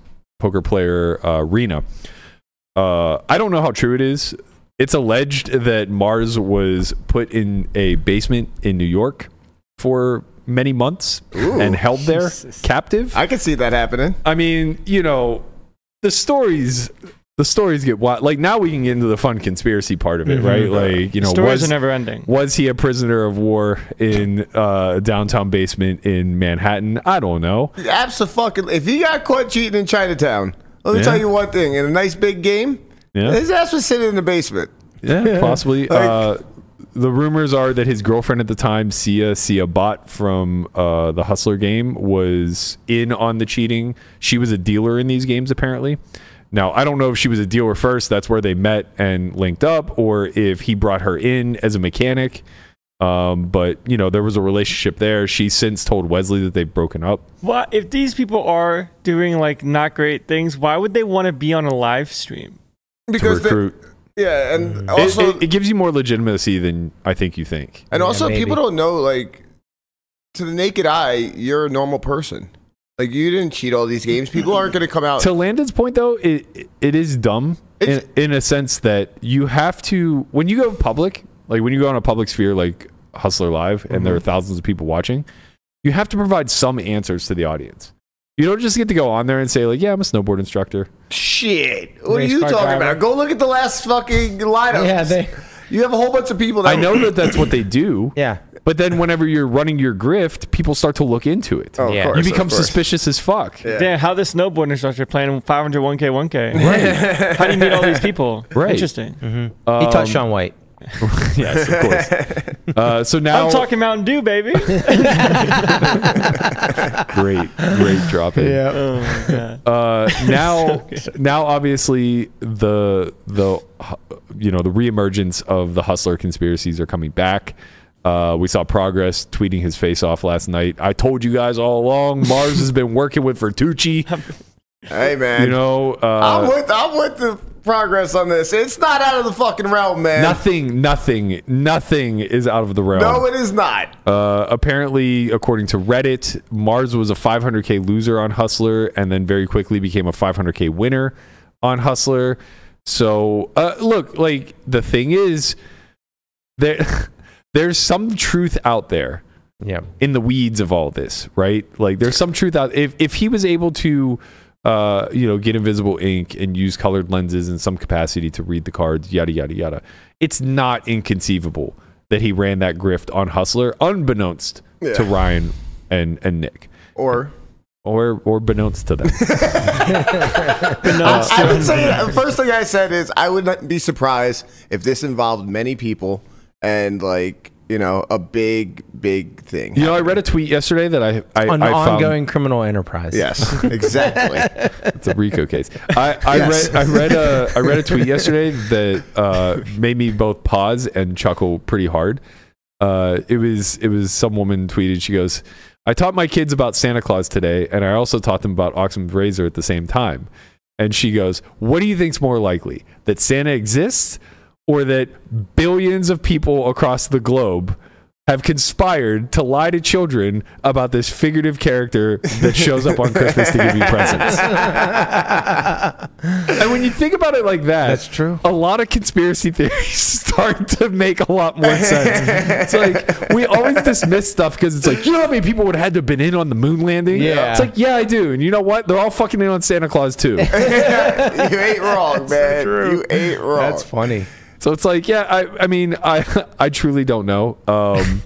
poker player uh, Rena. Uh, I don't know how true it is. It's alleged that Mars was put in a basement in New York for many months and held there captive.
I could see that happening.
I mean, you know, the stories the stories get wild. Like now we can get into the fun conspiracy part of it, right? Like, you know,
Stories
was
are never ending.
was he a prisoner of war in uh downtown basement in Manhattan? I don't know.
Absolutely. If he got caught cheating in Chinatown, let me
Yeah.
tell you one thing. In a nice big game,
Yeah.
his ass was sitting in the basement.
Yeah, possibly. uh the rumors are that his girlfriend at the time, Sia Sia Bot from uh, the Hustler game, was in on the cheating. She was a dealer in these games, apparently. Now, I don't know if she was a dealer first, that's where they met and linked up, or if he brought her in as a mechanic. Um, but, you know, there was a relationship there. She's since told Wesley that they've broken up.
Why, if these people are doing like not great things, why would they want to be on a live stream?
To
Because they-
recruit.
yeah, and
It-
also
it, it gives you more legitimacy than I think you think.
And
Yeah,
also,
maybe.
people don't know, like, to the naked eye, you're a normal person. Like, you didn't cheat all these games. People aren't going to come out.
to Landon's point though, it it- it is dumb in,
Oh. It's-
in a sense that you have to when you go public, like when you go on a public sphere like Hustler Live and
Mm-hmm.
there are thousands of people watching, you have to provide some answers to the audience. You don't just get to go on there and say like, "Yeah, I'm a snowboard instructor."
Shit. What are
Race
you
car
talking
driver.
about? Go look at the last fucking lineup.
Yeah, they-
you have a whole bunch of people that
I know that that's what they do.
Yeah.
But then whenever you're running your grift, people start to look into it.
Oh, of
Yeah.
course,
you
of
become
course.
suspicious as fuck.
Yeah.
Damn, how the snowboard instructor playing 500 1K 1K? Right. how do you meet all these people?
Right.
Interesting.
he
Um,
taught Sean White.
Yes, of course. uh, so now
I'm talking Mountain Dew, baby.
great, great drop in.
oh my god.
Uh, now, now, obviously, the the hu- you know the reemergence of the hustler conspiracies are coming back. Uh, we saw progress tweeting his face off last night. I told you guys all along. Mars has been working with Vertucci.
Hey man,
You know,
I'm
uh,
with I'm with the progress on this. It's not out of the fucking realm, man.
nothing, nothing, nothing is out of the realm.
No, it is not.
Uh, apparently, according to Reddit, Mars was a 500k loser on Hustler, and then very quickly became a 500k winner on Hustler. So, uh, look, like the thing is, there, there's some truth out there
Yeah.
in the weeds of all this, right? Like there's some truth out. If if he was able to, uh, you know, get invisible ink and use colored lenses in some capacity to read the cards, yada yada yada, it's not inconceivable that he ran that grift on Hustler, unbeknownst to
Yeah.
Ryan and and Nick,
Or
or or beknownst to them.
I would say the first thing I said is I would not be surprised if this involved many people and like you know a big big thing.
you know, I read a tweet yesterday that I I,
An
I found-
ongoing criminal enterprise.
Yes, exactly.
It's a Rico case. I, I
Yes.
read I read a I read a tweet yesterday that uh, made me both pause and chuckle pretty hard. Uh, it was it was some woman tweeted. She goes, "I taught my kids about Santa Claus today, and I also taught them about Oxum's razor at the same time." And she goes, "What do you think's more likely that Santa exists, or that billions of people across the globe?" Have conspired to lie to children about this figurative character that shows up on Christmas to give you presents. And when you think about it like that,
That's true.
A lot of conspiracy theories start to make a lot more sense. it's like we always dismiss stuff because it's like, you know how many people would have had to have been in on the moon landing?
Yeah.
It's like, yeah, I do. And you know what? They're all fucking in on Santa Claus too.
you ain't wrong, man. You ain't wrong.
That's funny.
so it's like, yeah, I, I mean, I I truly don't know. Um,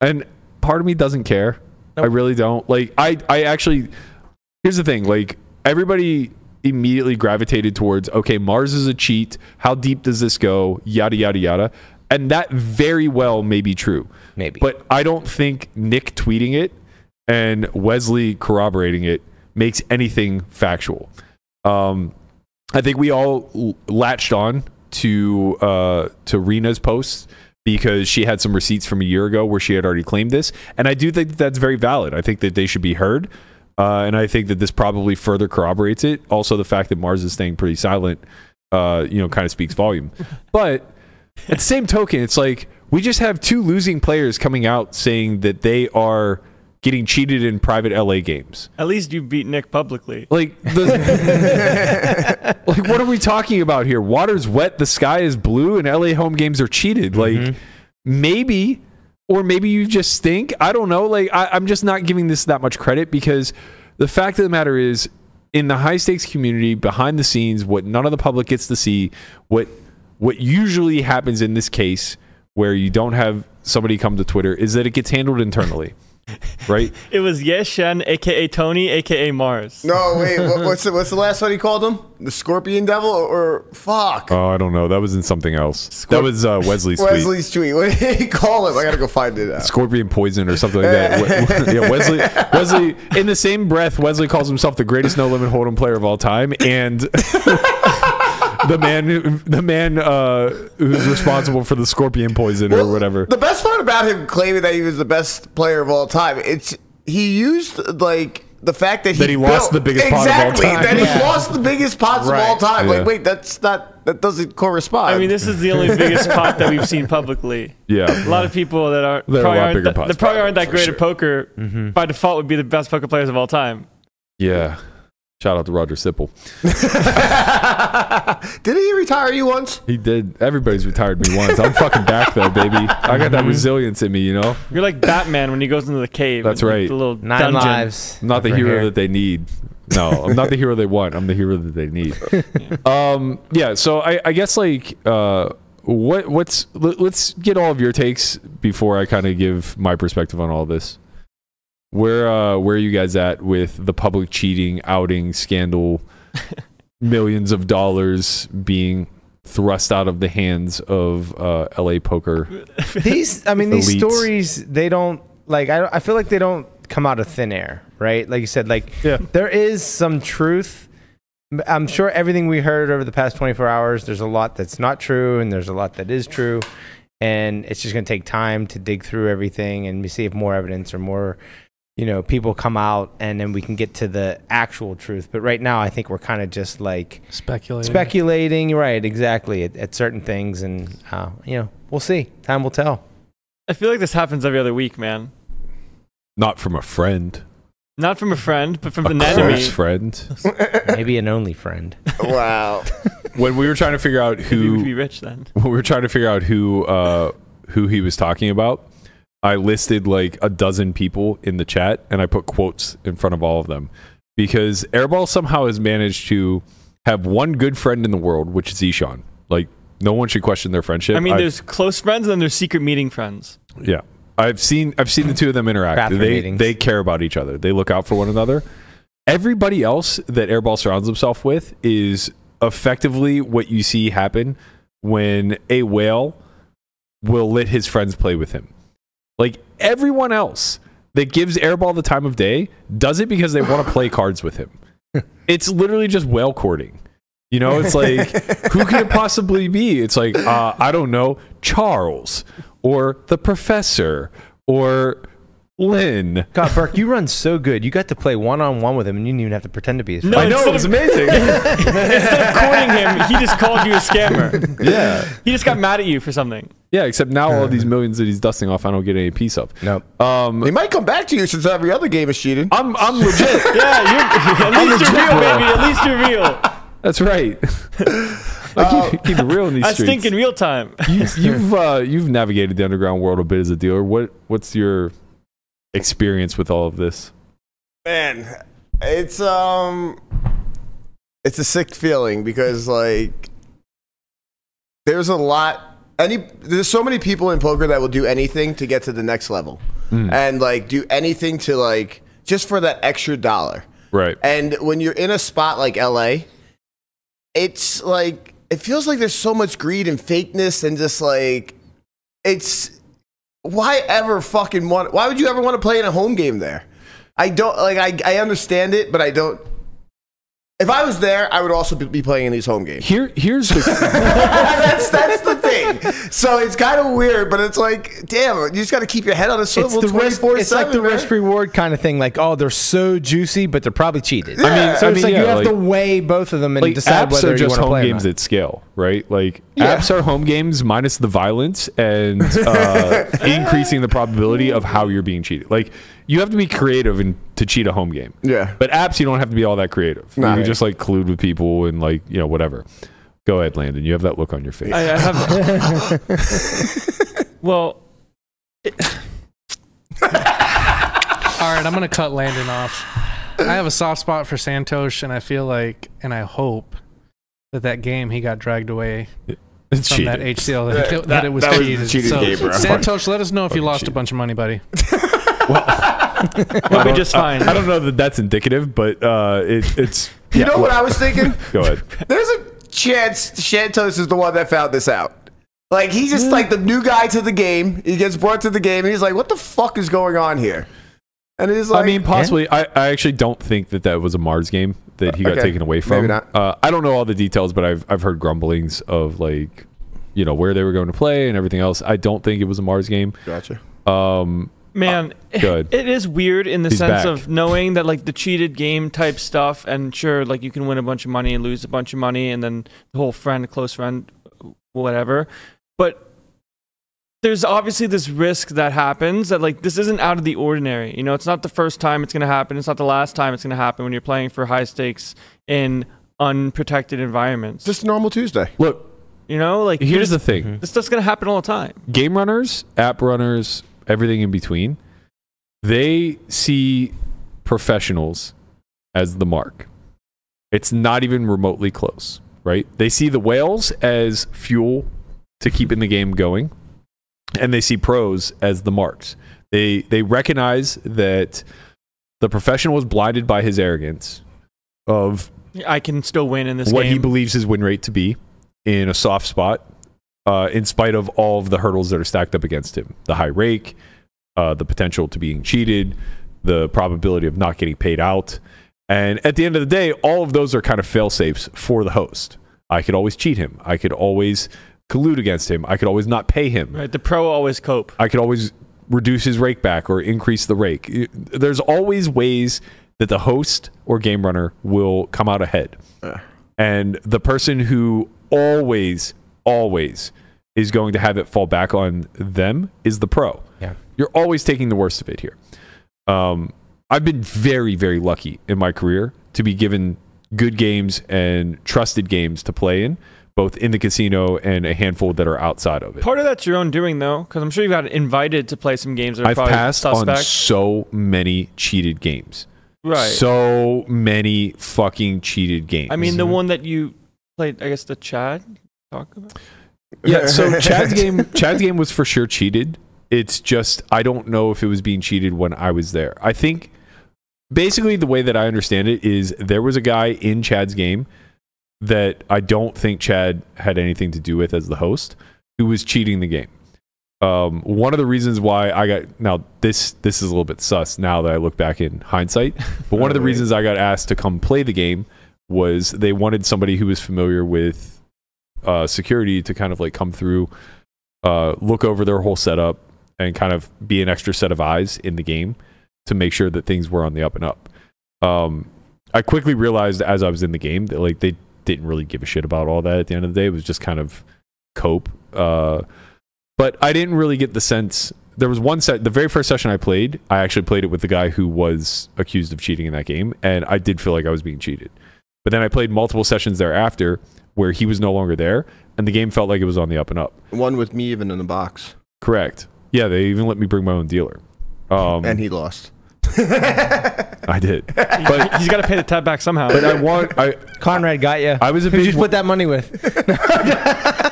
and part of me doesn't care. I really don't. Like, I I actually here's the thing like everybody immediately gravitated towards okay mars is a cheat how deep does this go yada yada yada and that very well may be true
Maybe.
but i don't think nick tweeting it and wesley corroborating it makes anything factual um, i think we all l- latched on to uh, to rena's posts because she had some receipts from a year ago where she had already claimed this and i do think that that's very valid i think that they should be heard uh, and I think that this probably further corroborates it. Also, the fact that Mars is staying pretty silent, uh, you know, kind of speaks volume. But at the same token, it's like we just have two losing players coming out saying that they are getting cheated in private LA games.
At least you beat Nick publicly.
Like, the, like what are we talking about here? Water's wet, the sky is blue, and LA home games are cheated. Like, maybe, or maybe you just stink. I don't know. Like, I, I'm just not giving this that much credit because the fact of the matter is, in the high stakes community, behind the scenes, what none of the public gets to see, what what usually happens in this case where you don't have somebody come to Twitter is that it gets handled internally, right?
It was Yes Shen, aka Tony, aka Mars.
no, wait. What, what's the, what's the last one he called him? The Scorpion Devil or, or fuck
Oh, I don't know. That was in something else. that was uh, Wesley's tweet.
Wesley's tweet. What did he call him? I gotta go find it out.
Scorpion poison or something like that. We- yeah, Wesley. Wesley. In the same breath, Wesley calls himself the greatest no limit hold'em player of all time, and the man, who- the man uh, who's responsible for the scorpion poison or whatever.
The best part about him claiming that he was the best player of all time, it's he used like the fact that he,
That he lost
built-
the biggest pot of all
exactly,
time.
That he
Yeah.
lost the biggest pots of all
Right.
time.
Yeah.
Like, wait, that's not that doesn't correspond.
I mean, this is the only biggest pot that we've seen publicly. A
yeah.
lot of people that are
They're a
probably
lot
aren't
bigger
that,
pots,
that probably aren't that
for
great
sure. Mm-hmm.
at poker by default would be the best poker players of all time.
Yeah. Shout out to Roger Sipple.
did he retire you once?
He did. Everybody's retired me once. I'm fucking back though, baby. I got that resilience in me, you know.
You're like Batman when he goes into the cave.
That's
and, like,
right.
the little
Nine
dungeon.
lives.
I'm not the
over
hero
here.
that they need. No, I'm not the hero they want. I'm the hero that they need. um, yeah. So I, I guess like uh, what what's let, let's get all of your takes before I kind of give my perspective on all this. Where uh, where are you guys at with the public cheating outing scandal? millions of dollars being thrust out of the hands of uh, LA poker.
these i mean these
Elites.
stories they don't like I, I feel like they don't come out of thin air right like you said like
Yeah.
there is some truth i'm sure everything we heard over the past 24 hours there's a lot that's not true and there's a lot that is true and it's just going to take time to dig through everything and see if more evidence or more you know, people come out and then we can get to the actual truth. But right now, I think we're kind of just like
Speculating.
speculating, right? Exactly at, at certain things, and uh, you know, we'll see. Time will tell.
I feel like this happens every other week, man.
Not from a friend,
Not from a friend, but from
a
an enemy.
close friend.
Maybe an only friend.
Wow.
When we were trying to figure out
Maybe we'd be
who,
rich then.
when we were trying to figure out who, uh, who he was talking about, I listed like a dozen people in the chat, and I put quotes in front of all of them because Airball somehow has managed to have one good friend in the world, which is Eshawn. Like no one should question their friendship.
I mean,
I've-
there's close friends and then there's secret meeting friends.
Yeah. I've seen I've seen the two of them interact.
Bathroom
they
meetings.
they care about each other. They look out for one another. Everybody else that Airball surrounds himself with is effectively what you see happen when a whale will let his friends play with him. Like everyone else that gives Airball the time of day does it because they want to play cards with him. It's literally just whale courting. You know, it's like who could it possibly be? It's like uh, I don't know, Charles or the professor or Lynn.
God, Burke, you run so good. You got to play one on one with him, and you didn't even have to pretend to be his friend.
No,
I know it
instead
was
of-
amazing.
Instead of courting him, he just called you a scammer.
yeah,
He just got mad at you for something.
yeah. Except now all these millions that he's dusting off, I don't get any piece of.
Nope.
Um,
they might come back to you since every other game is cheated.
I'm I'm legit.
Yeah, you're, at least you're real, baby. At least you're real.
That's right. I keep, keep it real in these
I
streets.
stink in real time.
You've uh, you've navigated the underground world a bit as a dealer. What what's your experience with all of this?
Man, it's um, it's a sick feeling because like there's a lot. Any there's so many people in poker that will do anything to get to the next level, and like do anything to like just for that extra dollar.
Right.
And when you're in a spot like LA, it's like it feels like there's so much greed and fakeness and just like it's why ever fucking want why would you ever want to play in a home game there? I don't like I I understand it, but I don't if I was there, I would also be- be playing in these home games.
Here here's the
that's that's the thing. So it's kind of weird, but it's like, damn, you just got to keep your head on a
It's
swivel
the
twenty
risk.
four seven.
It's like the risk reward kind of thing. Like, oh, they're so juicy, but they're probably cheated.
I mean,
So
I
it's
mean,
like
yeah,
you have
like-
to weigh both of them and
like
decide
apps
whether
are
you want
just
to
home
play
games
Or not.
at scale, right? Like
Yeah.
apps are home games minus the violence and uh, increasing the probability of how you're being cheated. Like you have to be creative in, to cheat a home game.
Yeah.
But apps, you don't have to be all that creative. you can just like collude with people and like you know whatever. Go ahead, Landon. You have that look on your face.
I,
uh,
I have. well,
All right, I'm gonna cut Landon off. I have a soft spot for Santosh, and I feel like, and I hope that that game he got dragged away
it's
from
cheating.
that HCL that, that, it was
that was a
cheated.
cheated
so,
game, bro.
Santosh, let us know if you
Fucking
lost
cheated.
a bunch of money, buddy.
we'll be just fine.
I don't know that that's indicative, but uh, it, it's.
You know what I was thinking?
Go ahead.
There's a chance Shantos is the one that found this out. Like he's just like the new guy to the game. He gets brought to the game, and he's like, "What the fuck is going on here?" And he's like,
I mean, possibly. I, I actually don't think that that was a Mars game that he
Uh,
got
Okay.
taken away from.
Maybe not.
Uh, I don't know all the details, but I've I've heard grumblings of like, you know, where they were going to play and everything else. I don't think it was a Mars game.
"Gotcha."
Um,
Man,
good.
it is weird in the
He's
sense
back.
of knowing that like the cheated game type stuff, and sure, like you can win a bunch of money and lose a bunch of money, and then the whole friend, close friend, whatever. But there's obviously this risk that happens that like this isn't out of the ordinary. You know, it's not the first time it's gonna happen. It's not the last time it's gonna happen when you're playing for high stakes in unprotected environments.
Just a normal Tuesday.
look,
you know, like
here's
here's Mhm.
the thing.
this stuff's gonna happen all the time.
game runners, app runners, everything in between, they see professionals as the mark. It's not even remotely close, right? They see the whales as fuel to keeping the game going, and they see pros as the marks. They they recognize that the professional was blinded by his arrogance of
I can still win in this
what
game.
he believes his win rate to be in a soft spot, uh, in spite of all of the hurdles that are stacked up against him the high rake, uh, the potential to being cheated, the probability of not getting paid out. And at the end of the day, all of those are kind of fail safes for the host. I could always cheat him, I could always collude against him, I could always not pay him,
right, the pro always cope.
I could always reduce his rake back or increase the rake. It- There's always ways that the host or game runner will come out ahead. And the person who always, always is going to have it fall back on them is the pro.
Yeah.
You're always taking the worst of it here. Um, I've been very, very lucky in my career to be given good games and trusted games to play in, both in the casino and a handful that are outside of it.
Part of that's your own doing, though, because I'm sure you got invited to play some games that are
I've
probably
passed on
suspect.
so many cheated games.
right.
So many fucking cheated games.
I mean, the one that you played, I guess the Chad talk about.
yeah. So Chad's game, Chad's game was for sure cheated. It's just I don't know if it was being cheated when I was there. I think basically the way that I understand it is there was a guy in Chad's game that I don't think Chad had anything to do with as the host who was cheating the game. Um, one of the reasons why I got now this this is a little bit sus now that I look back in hindsight, but one of the reasons I got asked to come play the game was they wanted somebody who was familiar with uh, security to kind of like come through, uh, look over their whole setup, and kind of be an extra set of eyes in the game to make sure that things were on the up and up. Um, I quickly realized as I was in the game that like they didn't really give a shit about all that. At the end of the day, it was just kind of cope. Uh, but I didn't really get the sense. There was one set, the very first session I played, I actually played it with the guy who was accused of cheating in that game, and I did feel like I was being cheated. But then I played multiple sessions thereafter where he was no longer there, and the game felt like it was on the up and up.
One with me even in the box,
Correct. Yeah, they even let me bring my own dealer. Um,
and he lost.
I did, but
He's got to pay the tab back somehow.
but I want I
Conrad got you.
I was a
Who'd
big
you put that money with?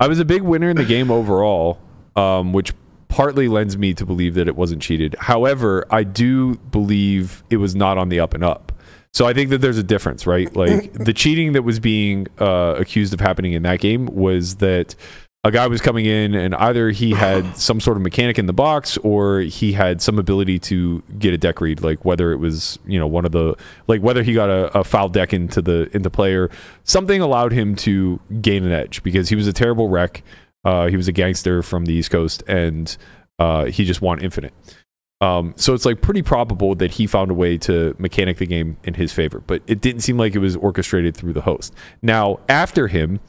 I was a big winner in the game overall, um, which partly lends me to believe that it wasn't cheated. However, I do believe it was not on the up and up. So I think that there's a difference, right? Like the cheating that was being uh, accused of happening in that game was that a guy was coming in and either he had some sort of mechanic in the box or he had some ability to get a deck read, like whether it was you know one of the like whether he got a, a foul deck into the into player, something allowed him to gain an edge because he was a terrible wreck. Uh, he was a gangster from the East Coast and uh, he just won infinite. Um, so it's like pretty probable that he found a way to mechanic the game in his favor, but it didn't seem like it was orchestrated through the host. Now after him,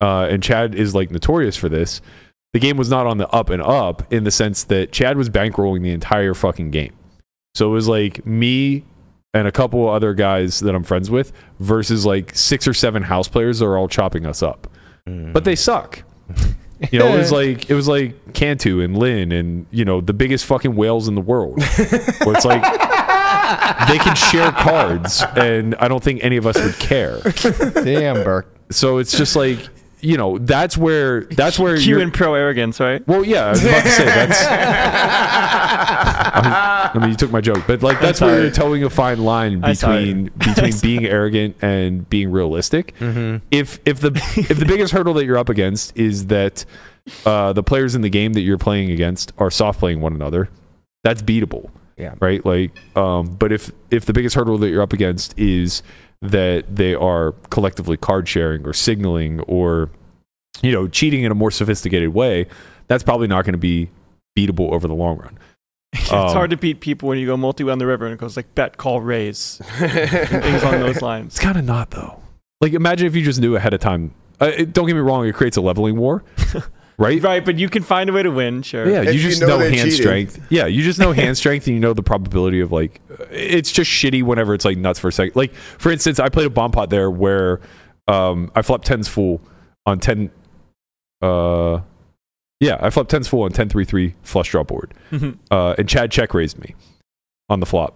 uh, and Chad is like notorious for this. The game was not on the up and up in the sense that Chad was bankrolling the entire fucking game. So it was like me and a couple other guys that I'm friends with versus like six or seven house players that are all chopping us up, but they suck. You know, it was like it was like Cantu and Lynn and you know the biggest fucking whales in the world. Where it's like they can share cards, and I don't think any of us would care
Damn, Burke.
so it's just like you know that's where that's where
Q
you're-
and pro arrogance, right?
well yeah I was about to say that's I mean, you took my joke, but like that's where you're towing a fine line
I saw
between between being arrogant and being realistic.
Mm-hmm.
If if the if the biggest hurdle that you're up against is that uh, the players in the game that you're playing against are soft playing one another, that's beatable.
Yeah.
Right. Like, um, but if if the biggest hurdle that you're up against is that they are collectively card sharing or signaling or you know cheating in a more sophisticated way, that's probably not going to be beatable over the long run. Um,
it's
Oh.
hard to beat people when you go multi way on the river and it goes like bet, call, raise, and things along those lines.
It's kind of not though. Like imagine if you just knew ahead of time. Uh, it, don't get me wrong, it creates a leveling war, right?
Right, but you can find a way to win, sure.
Yeah,
If
you
you
just
know
know,
they're
hand
cheating.
strength. Yeah, you just know hand strength, and you know the probability of like. uh, It's just shitty whenever it's like nuts for a second. Like for instance, I played a bomb pot there where um, I flopped tens full on ten. Uh, yeah, I flopped tens full on ten three three flush draw board,
Mhm.
uh, and Chad check raised me on the flop.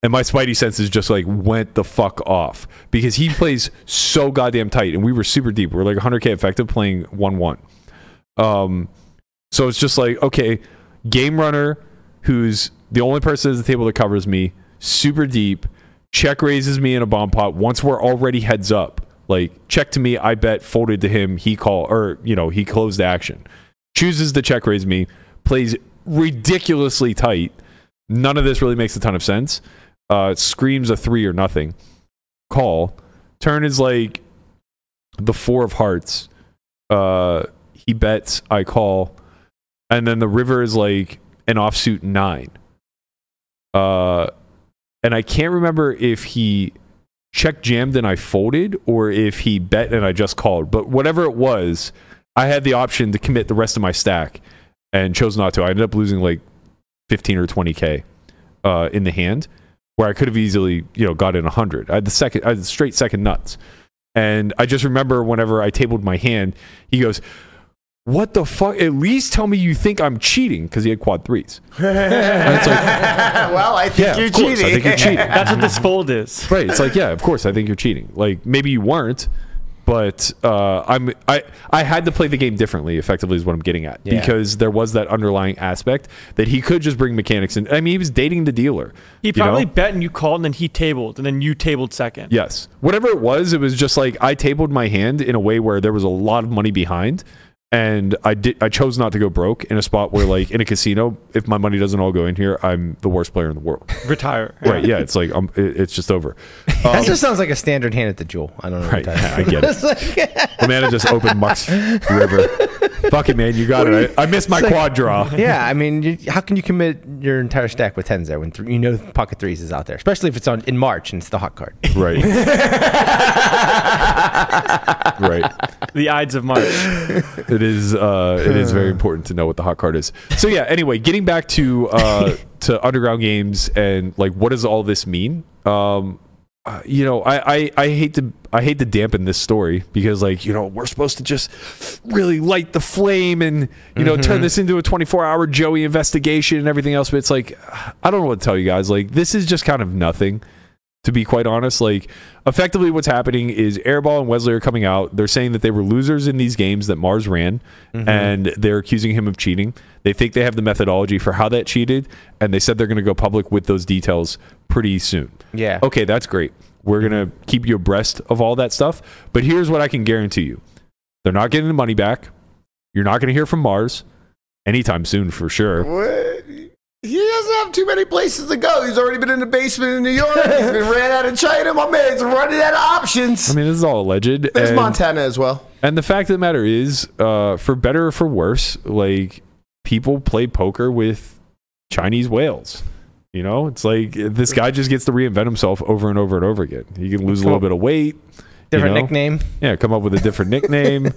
And my spidey senses just like went the fuck off because he plays so goddamn tight, and we were super deep. We are like 100k effective playing one one. Um, so it's just like, okay, game runner who's the only person at the table that covers me, super deep, check raises me in a bomb pot once we're already heads up. Like check to me, I bet, folded to him, he call or you know, he closed the action. Chooses to check raise me, plays ridiculously tight. None of this really makes a ton of sense. Uh screams a three or nothing. Call. Turn is like the four of hearts. Uh he bets, I call and then the river is like an offsuit nine. Uh, and I can't remember if he check jammed and I folded or if he bet and I just called. But whatever it was, I had the option to commit the rest of my stack and chose not to. I ended up losing like 15 or 20k uh, in the hand where I could have easily, you know, got in 100. I had the second, I had the straight second nuts. And I just remember whenever I tabled my hand, he goes, what the fuck? At least tell me you think I'm cheating because he had quad threes. And it's like,
well, I think
yeah,
you're
of course,
cheating.
I think you're cheating.
That's what this fold is.
Right. It's like, yeah, of course, I think you're cheating. Like maybe you weren't, but uh, I'm I I had to play the game differently. Effectively, is what I'm getting at
Yeah.
because there was that underlying aspect that he could just bring mechanics in. I mean, he was dating the dealer.
He
you
probably
know?
bet and you called and then he tabled and then you tabled second.
yes, whatever it was, it was just like I tabled my hand in a way where there was a lot of money behind. And I did. I chose not to go broke in a spot where, like, in a casino, if my money doesn't all go in here, I'm the worst player in the world.
Retire.
Right? Yeah. It's like um, it, it's just over.
That just sounds like a standard hand at the jewel. I don't know.
Right.
What that
I get it.
It's like,
The man just opened Muck's River. Fuck it, man. You got it. I, I missed my quad draw.
yeah, I mean, you, how can you commit your entire stack with tens there when th- you know pocket threes is out there, especially if it's on in March and it's the hot card?
Right. right.
The Ides of March.
It is. Uh, it is very important to know what the hot card is. So yeah. Anyway, getting back to uh, to underground games and like, what does all this mean? Um, uh, you know, I, I I hate to I hate to dampen this story because like you know we're supposed to just really light the flame and you know turn this into a 24 hour Joey investigation and everything else. But it's like I don't know what to tell you guys. Like this is just kind of nothing. to be quite honest. Like, effectively, what's happening is Airball and Wesley are coming out. They're saying that they were losers in these games that Mars ran, and they're accusing him of cheating. They think they have the methodology for how that cheated, and they said they're going to go public with those details pretty soon.
Yeah.
Okay, that's great. We're going to keep you abreast of all that stuff. But here's what I can guarantee you they're not getting the money back. You're not going to hear from Mars anytime soon, for sure.
What? He doesn't have too many places to go. He's already been in the basement in New York. He's been ran out of China. My man's running out of options.
I mean, this is all alleged.
There's
and-
Montana as well.
And the fact of the matter is, uh, for better or for worse, like people play poker with Chinese whales. You know, it's like this guy just gets to reinvent himself over and over and over again. He can lose a little bit of weight. you
Different
know?
nickname.
Yeah, come up with a different nickname.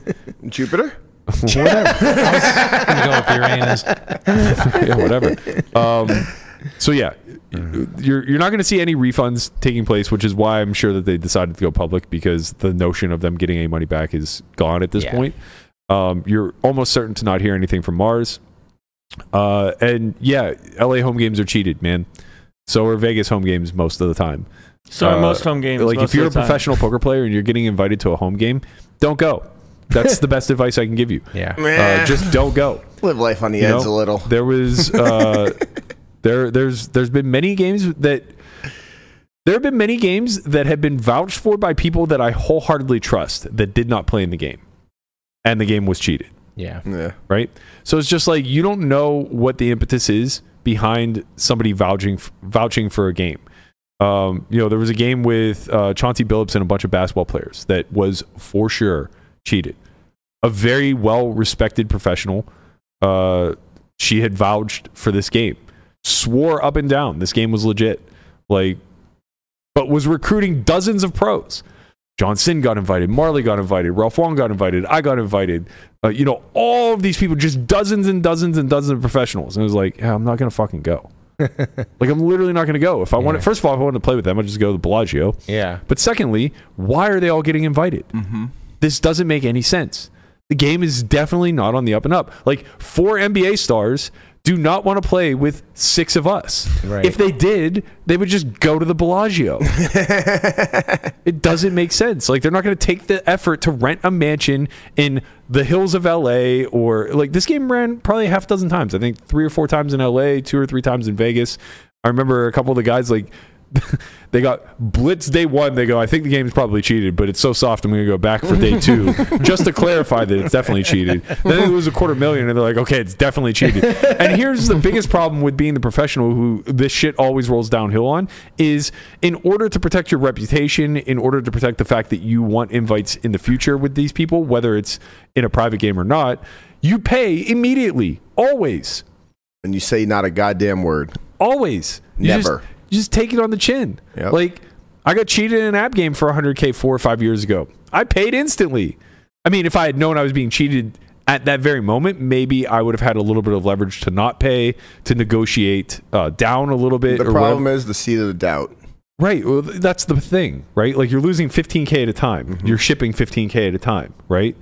Jupiter?
whatever.
I'm gonna go with Uranus.
yeah, whatever. Um, so yeah,
Mm-hmm.
you're you're not going to see any refunds taking place, which is why I'm sure that they decided to go public because the notion of them getting any money back is gone at this
Yeah.
point. Um, you're almost certain to not hear anything from Mars. Uh, and yeah, LA home games are cheated, man. So are Vegas home games most of the time.
So are
Uh,
most home games.
Like
most
if
of
you're a
the time.
professional poker player and you're getting invited to a home game, don't go. That's the best advice I can give you.
Yeah.
Uh, just don't go.
Live life on the
You
edge
know,
a little.
There was uh, there there's there's been many games that there have been many games that have been vouched for by people that I wholeheartedly trust that did not play in the game, and the game was cheated.
Yeah.
Yeah.
Right. So it's just like you don't know what the impetus is behind somebody vouching f- vouching for a game. Um, you know, there was a game with uh, Chauncey Billups and a bunch of basketball players that was for sure cheated. A very well respected professional uh, she had vouched for this game, swore up and down this game was legit, like, but was recruiting dozens of pros. John Sin got invited, Marley got invited, Ralph Wong got invited, I got invited. Uh, you know, all of these people, just dozens and dozens and dozens of professionals. And it was like, yeah, I'm not gonna fucking go. like, I'm literally not gonna go. If I want wanted, first of all, if I wanted to play with them, I'd just go to the Bellagio.
Yeah.
But secondly, why are they all getting invited? This doesn't make any sense. The game is definitely not on the up and up. Like four NBA stars do not want to play with six of us.
Right.
If they did, they would just go to the Bellagio. it doesn't make sense. Like they're not going to take the effort to rent a mansion in the hills of LA or like this game ran probably a half dozen times. I think three or four times in LA, two or three times in Vegas. I remember a couple of the guys like they got blitz day one. They go, I think the game's probably cheated, but it's so soft. I'm going to go back for day two just to clarify that it's definitely cheated. Then it was a quarter million, and they're like, okay, it's definitely cheated. And here's the biggest problem with being the professional who this shit always rolls downhill on is in order to protect your reputation, in order to protect the fact that you want invites in the future with these people, whether it's in a private game or not, You pay immediately, always,
And you say not a goddamn word.
always. You just-
Never.
you just take it on the chin.
Yep.
Like I got cheated in an app game for 100k four or five years ago. I paid instantly. I mean, if I had known I was being cheated at that very moment, maybe I would have had a little bit of leverage to not pay, to negotiate uh, down a little bit.
The
or
problem
whatever.
is the seed of the doubt.
Right. Well, th- that's the thing, right? Like you're losing 15k at a time.
Mm-hmm.
You're shipping 15k at a time, right?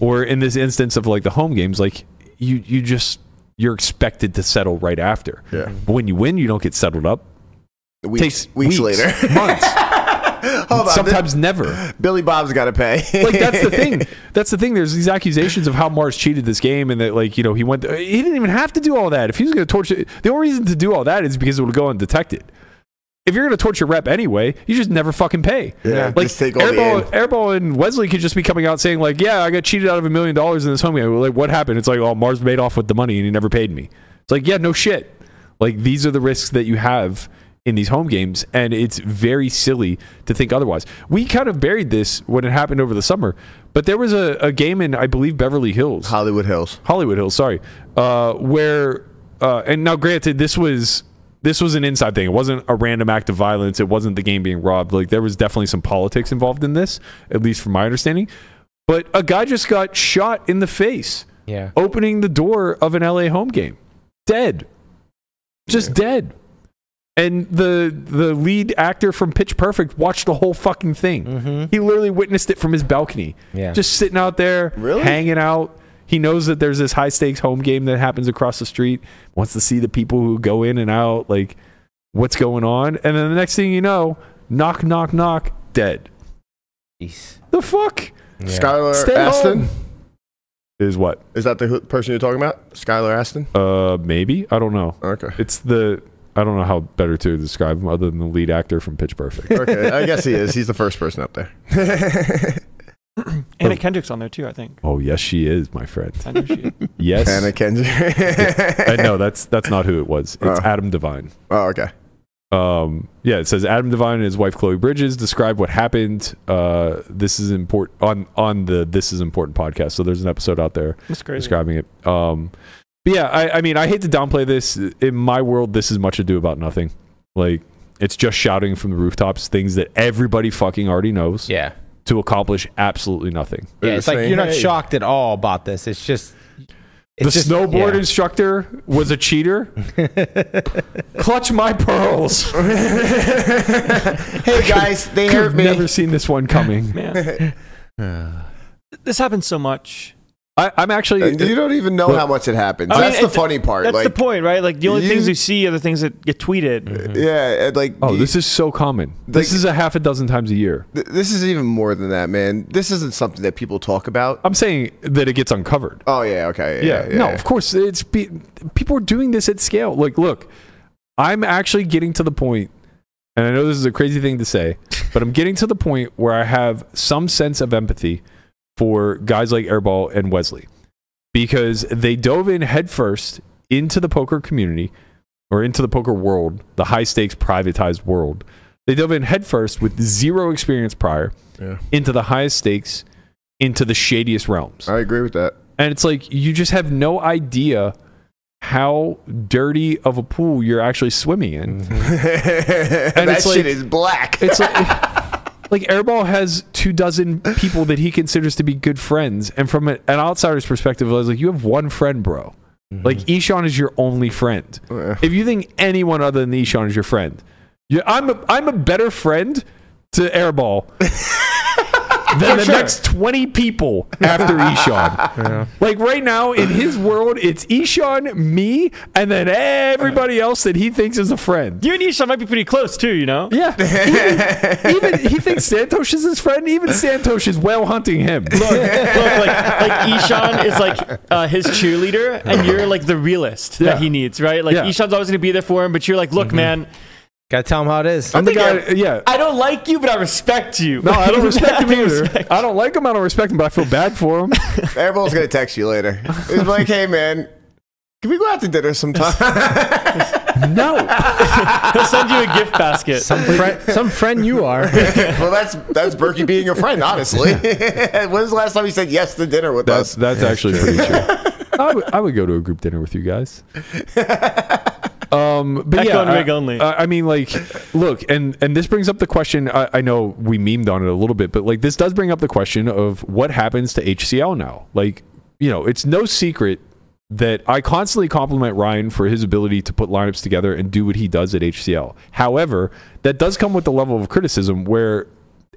Or in this instance of like the home games, like you you just you're expected to settle right after.
Yeah.
But when you win, you don't get settled up.
Weeks,
Takes
weeks, later.
months,
Hold on.
sometimes never.
Billy Bob's got to pay.
Like that's the thing. That's the thing. There's these accusations of how Mars cheated this game, and that like you know he went. He didn't even have to do all that. If he was going to torture, the only reason to do all that is because it would go undetected. If you're going to torture rep anyway, you just never fucking pay.
Yeah,
like
just take all the
Airball,
end.
Airball and Wesley could just be coming out saying like, "Yeah, I got cheated out of a million dollars in this home game." Like, what happened? It's like, "Oh, Mars made off with the money and he never paid me." It's like, "Yeah, no shit." Like these are the risks that you have in these home games, and it's very silly to think otherwise. We kind of buried this when it happened over the summer, but there was a, a game in I believe Beverly Hills.
Hollywood Hills.
Hollywood Hills, sorry, uh, where uh, and now granted this was this was an inside thing. It wasn't a random act of violence. It wasn't the game being robbed. Like there was definitely some politics involved in this, at least from my understanding. But a guy just got shot in the face,
Yeah.
opening the door of an LA home game, dead, just dead. And the the lead actor from Pitch Perfect watched the whole fucking thing.
Mm.
He literally witnessed it from his balcony.
Mm-hmm. Yeah.
Just sitting out there,
Really?
hanging out. He knows that there's this high stakes home game that happens across the street. Wants to see the people who go in and out, like what's going on. And then the next thing you know, knock, knock, knock, dead.
Jeez.
The fuck
Yeah.
Skylar
Stay
Aston.
home. is what?
Is that the who- person you're talking about? Skylar Aston?
Uh, maybe I don't know.
Okay.
It's the I don't know how better to describe him other than the lead actor from Pitch Perfect.
Okay. I guess he is. He's the first person up there.
Anna Kendrick's on there too, I think.
oh yes, she is my friend.
I know she is.
Yes,
Anna Kendrick.
Uh, no, that's that's not who it was. It's
Oh.
Adam Devine.
Oh, okay.
Um, yeah, it says Adam Devine and his wife Chloe Bridges describe what happened. Uh, this is important on on the This Is Important podcast. So there's an episode out there
That's crazy.
describing it. Um, but yeah, I, I mean, I hate to downplay this. In my world, this is much ado about nothing. Like it's just shouting from the rooftops things that everybody fucking already knows
Yeah.
to accomplish absolutely nothing.
Yeah,
They're
it's like
saying,
you're not
"Hey."
shocked at all about this. It's just it's
the
just-
snowboard
yeah.
instructor was a cheater. Clutch my pearls.
Hey guys, they hurt
I've
me.
never seen this one coming.
Man. this happens so much.
I, I'm actually.
And Uh, you don't even know
Look-
how much it happens.
I mean,
that's the
it-
funny part.
That's
like,
the point, right? Like the only
you-
things you see are the things that get tweeted.
yeah, and like
Oh,
you-
this is so common. This
Like-
is a half a dozen times a year.
th- this is even more than that, man. This isn't something that people talk about.
I'm saying that it gets uncovered.
Oh yeah, okay, yeah,
Yeah.
yeah
no, of course it's be, people are doing this at scale. Like, look, I'm actually getting to the point, and I know this is a crazy thing to say, but I'm getting to the point where I have some sense of empathy for guys like Airball and Wesley because they dove in headfirst into the poker community or into the poker world, the high stakes privatized world. They dove in headfirst with zero experience prior
Yeah.
into the highest stakes, into the shadiest realms.
I agree with that.
And it's like you just have no idea how dirty of a pool you're actually swimming in.
that
it's
shit
like-
is black.
It's like like Airball has two dozen people that he considers to be good friends, and from a- an outsider's perspective, I was like, you have one friend, bro. Like Ishan is your only friend.
Yeah.
If you think anyone other than Ishan is your friend, you I'm a, I'm a better friend to Airball. Than the next 20 people after Ishan. Like right now in his world, it's Ishan, me, and then everybody else that he thinks is a friend.
You and Isha might be pretty close too, you know?
Yeah. Even, even he thinks Santosh is his friend. Even Santosh is whale hunting him.
Look, look, like, like Ishan is like uh, his cheerleader, and you're like the realist
Yeah.
that he needs, right? Like
Yeah.
Ishan's always going to be there for him, but you're like, look,
Mm-hmm.
man,
Gotta tell them how it is.
I'm the
think
guy. Yeah.
I don't like you, but I respect you.
No, I don't respect him
I don't
either.
respect-
I don't like him. I don't respect him, but I feel bad for him.
Airball's gonna text you later. He's like, hey man, can we go out to dinner sometime?
No.
He'll send you a gift basket.
Some friend, some friend you are.
well, that's that's Berkey being a friend, honestly. When's the last time you said yes to dinner with
That's
us?
that's actually pretty true. I would- I would go to a group dinner with you guys. Um, but
Echo
yeah,
and
I-
rig only.
I, I mean, like, look, and and this brings up the question. I, I know we memed on it a little bit, but like, this does bring up the question of what happens to HCL now. Like, you know, it's no secret that I constantly compliment Ryan for his ability to put lineups together and do what he does at HCL. However, that does come with the level of criticism where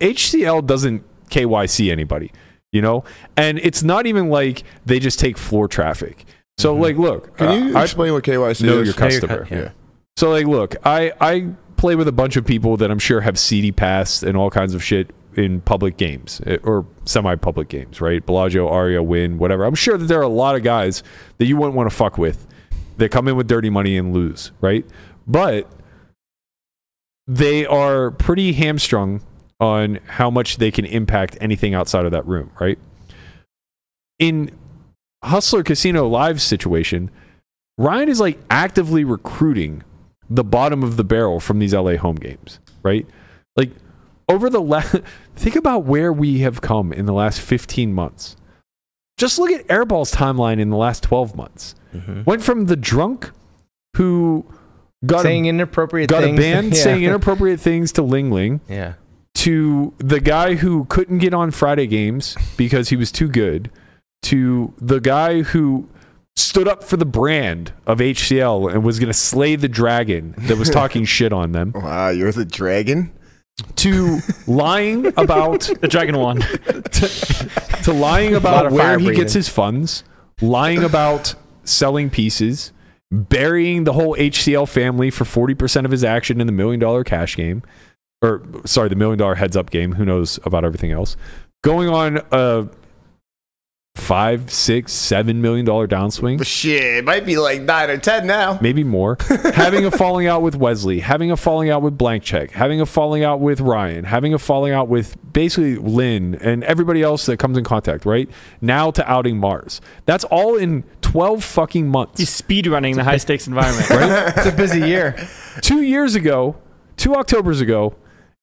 HCL doesn't KYC anybody, you know? And it's not even like they just take floor traffic. So, like, look, uh,
Mm-hmm. Can you
I-
explain what KYC
know
is?
your customer.
yeah.
So like, look, I I play with a bunch of people that I'm sure have seedy pasts and all kinds of shit in public games eh, or semi-public games, right? Bellagio, Aria, Win, whatever. I'm sure that there are a lot of guys that you wouldn't want to fuck with. They come in with dirty money and lose, right? But they are pretty hamstrung on how much they can impact anything outside of that room, right? In Hustler Casino Live situation, Ryan is like actively recruiting the bottom of the barrel from these LA home games, right? Like over the last, think about where we have come in the last 15 months. Just look at Airball's timeline in the last 12 months.
Mm-hmm.
Went from the drunk who got a
saying inappropriate
got
things.
a band
Yeah.
saying inappropriate things to Ling Ling
Yeah.
to the guy who couldn't get on Friday games because he was too good to the guy who stood up for the brand of HCL and was going to slay the dragon that was talking shit on them
Wow, you're the dragon?
to lying about
The Dragon One.
to lying
lot
about
of
where
fire
he
breathing.
gets his funds, lying about selling pieces, burying the whole HCL family for 40% of his action in the million dollar cash game, or sorry, the million dollar heads up game. Who knows about everything else? Going on a five, six, seven million dollar downswing
Shit, it might be like nine or ten now.
maybe more, having a falling out with Wesley, having a falling out with Blank Check, having a falling out with Ryan, having a falling out with basically Lynn and everybody else that comes in contact, right? Now to outing Mars. That's all in 12 fucking months.
He's speedrunning the high stakes environment.
It's a busy year.
two years ago, two Octobers ago,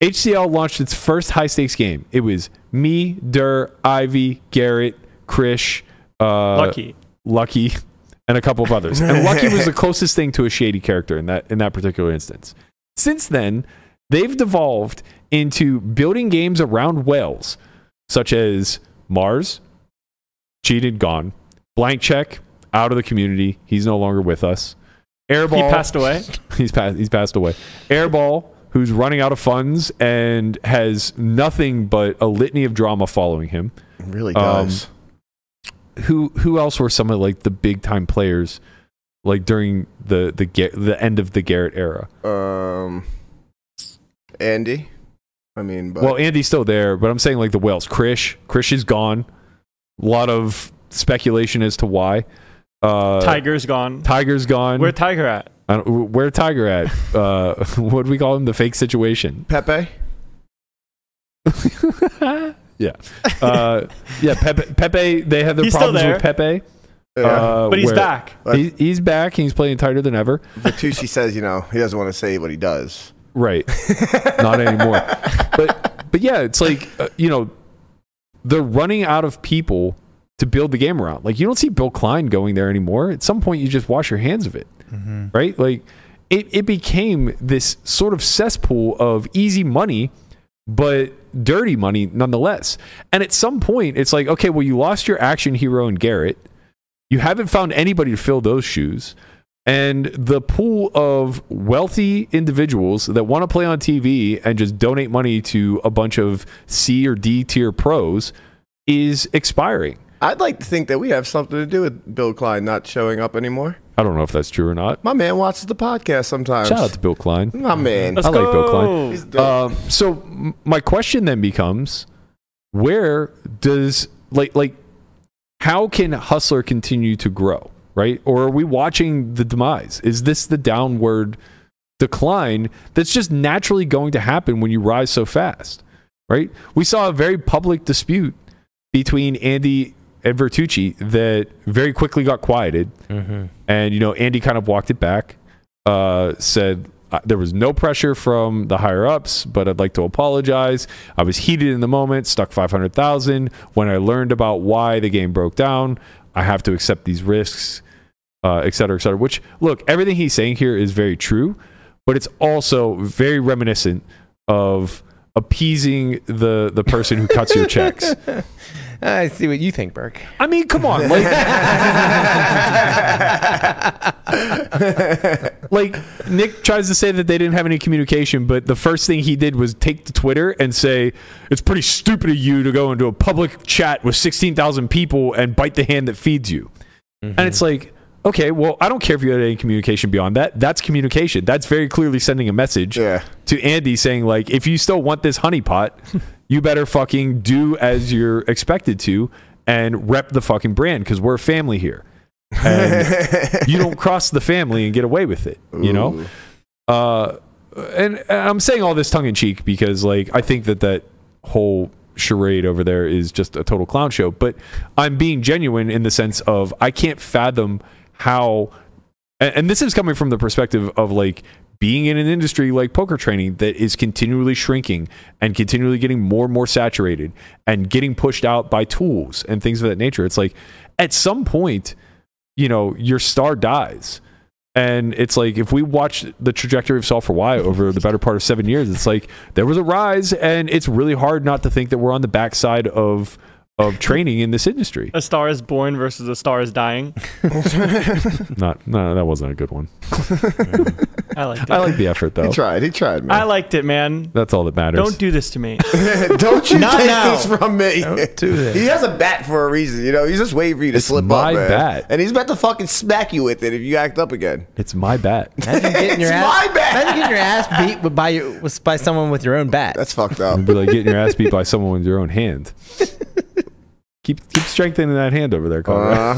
HCL launched its first high stakes game. It was me, Durr, Ivy, Garrett, Krish, uh,
Lucky.
Lucky, and a couple of others. And Lucky was the closest thing to a shady character in that in that particular instance. Since then, they've devolved into building games around whales, such as Mars, cheated, gone, blank check, out of the community. He's no longer with us.
He
Airball,
passed away.
he's passed he's passed away. Airball, who's running out of funds and has nothing but a litany of drama following him.
Really
Um,
does.
Who who else were some of like the big time players like during the the Ga- the end of the Garrett era?
Um, Andy? I mean, but
well, Andy's still there, but I'm saying like the whales. Krish, Krish is gone. A lot of speculation as to why. Uh,
Tiger's gone.
Tiger's gone.
Where Tiger at?
I don't, where Tiger at? Uh, what do we call him? The fake situation.
Pepe?
yeah. Uh, yeah. Pepe, Pepe. They have their
He's still
problems with Pepe.
Yeah.
uh,
But he's
where-
back.
He, he's back. and He's playing tighter than ever.
Vitucci says, you know, he doesn't want to say what he does.
Right. Not anymore. But but yeah, it's like uh, you know, they're running out of people to build the game around. Like you don't see Bill Klein going there anymore. At some point, you just wash your hands of it, right? Like it it became this sort of cesspool of easy money, but dirty money nonetheless. And at some point, it's like okay, well, you lost your action hero in Garrett. You haven't found anybody to fill those shoes. And the pool of wealthy individuals that want to play on TV and just donate money to a bunch of C or D tier pros is expiring.
I'd like to think that we have something to do with Bill Klein not showing up anymore.
I don't know if that's true or not.
My man watches the podcast sometimes.
Shout out to Bill Klein.
My man.
Let's
I like Bill
go.
Klein.
He's dope.
Um, so m- my question then becomes, where does like like how can Hustler continue to grow, right? Or are we watching the demise? Is this the downward decline that's just naturally going to happen when you rise so fast, right? We saw a very public dispute between Andy and Vertucci that very quickly got quieted, and you know Andy kind of walked it back uh, said "Uh, there was no pressure from the higher ups, but I'd like to apologize. I was heated in the moment, stuck 500,000 when I learned about why the game broke down. I have to accept these risks, uh, et cetera, et cetera. Which, look, everything he's saying here is very true, but it's also very reminiscent of appeasing the the person who cuts your checks.
I see what you think, Burke.
I mean, come on, like, like Nick tries to say that they didn't have any communication, but the first thing he did was take to Twitter and say it's pretty stupid of you to go into a public chat with sixteen thousand people and bite the hand that feeds you. And it's like, okay, well, I don't care if you had any communication beyond that. That's communication. That's very clearly sending a message
Yeah.
to Andy saying, like, if you still want this honeypot, you better fucking do as you're expected to and rep the fucking brand because we're a family here. And you don't cross the family and get away with it, you know? Uh, and, and I'm saying all this tongue in cheek because, like, I think that that whole charade over there is just a total clown show. But I'm being genuine in the sense of I can't fathom how, and, and this is coming from the perspective of like being in an industry like poker training that is continually shrinking and continually getting more and more saturated and getting pushed out by tools and things of that nature. It's like at some point, you know, your star dies. And it's like if we watch the trajectory of Solve for Y over the better part of seven years, it's like there was a rise, and it's really hard not to think that we're on the backside of of training in this industry.
A Star is Born versus A Star is Dying.
Not, no, that wasn't a good one.
I liked it.
I like the effort
He
though.
tried. He tried,
I
man.
liked it, man.
That's all that matters.
Don't do this to me.
Don't you
Not
take
now.
this from me.
do that.
He has a bat for a reason. You know, he's just waiting for you to
It's
slip
my
up, man.
bat.
And he's about to fucking smack you with it if you act up again.
it's my bat.
Imagine getting your
It's
ass,
my bad.
Imagine getting your ass beat with- by your, was by someone with your own bat.
That's fucked up.
It'd be like getting your ass beat by someone with your own hand. keep keep strengthening that hand over there, Conrad.
Uh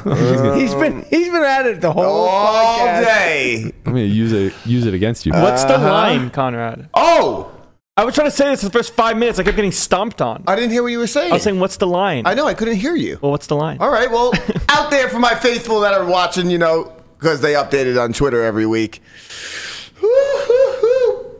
huh.
he's been he's been at it the whole
All
podcast.
day.
I'm gonna use it use it against you.
What's the line, Conrad?
Oh,
I was trying to say this for the first five minutes. I kept getting stomped on. I
I didn't hear what you were saying.
was saying, what's the line?
I know. I couldn't hear you.
Well, what's the line?
All right. Well, out there for my faithful that are watching, you know, because they update it on Twitter every week.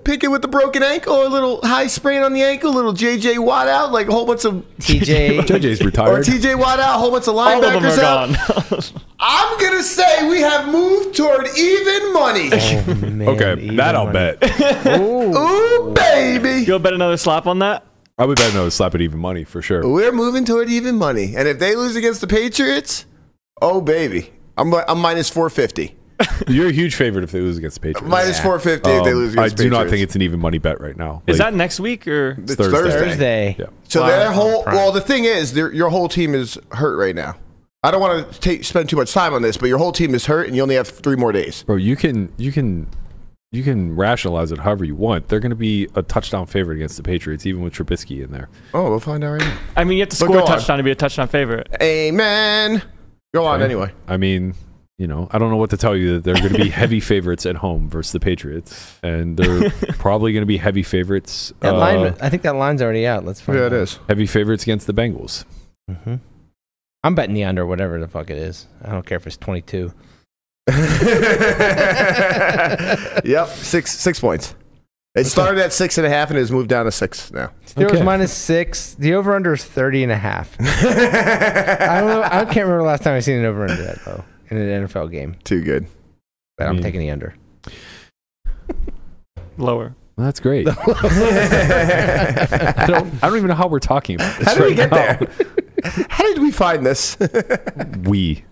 Pick it with the broken ankle, a little high sprain on the ankle, a little JJ Watt out, like a whole bunch of
TJ
JJ's
or
retired.
TJ Watt out, a whole bunch of
All of them
linebackers
are
out.
gone.
I'm gonna say we have moved toward even money.
Man,
okay,
even
that I'll
money.
bet.
Ooh, baby.
You'll bet another slap on that?
I would bet another slap at even money for sure.
We're moving toward even money, and if they lose against the Patriots, oh baby, I'm I'm minus four fifty.
You're a huge favorite if they lose against the Patriots.
Minus four fifty if they lose
Um, I
against the
do not
Patriots.
think it's an even money bet right now.
Is
Like,
that next week or?
It's
Thursday.
Thursday.
Yeah.
So their whole
Prime.
well, the thing is, their, your whole team is hurt right now. I don't want to take, spend too much time on this, but your whole team is hurt, and you only have three more days.
Bro, you can you can you can rationalize it however you want. They're going to be a touchdown favorite against the Patriots, even with Trubisky in there.
Oh, we'll find out right now.
I mean, you have to
But
score
go
a
on.
touchdown to be a touchdown favorite.
Amen. Go on anyway.
I mean, you know, I don't know what to tell you that they're going to be heavy favorites at home versus the Patriots, and they're probably going to be heavy favorites.
That
uh,
line, I think that line's already out. Let's find.
Yeah, it
out.
is.
Heavy favorites against the Bengals.
Mm-hmm. I'm betting the under, whatever the fuck it is. I don't care if it's 22.
Yep, six six points. It started at six and a half and has moved down to six now.
There was
Okay.
minus six. The over under is 30 and a half. I don't know. I can't remember the last time I seen an over under that though in an NFL game.
Too good.
But I'm
Mm.
taking the under.
Lower.
Well, that's great. I don't, I don't even know how we're talking about this
How did we get
right now.
there? How did we find this?
We.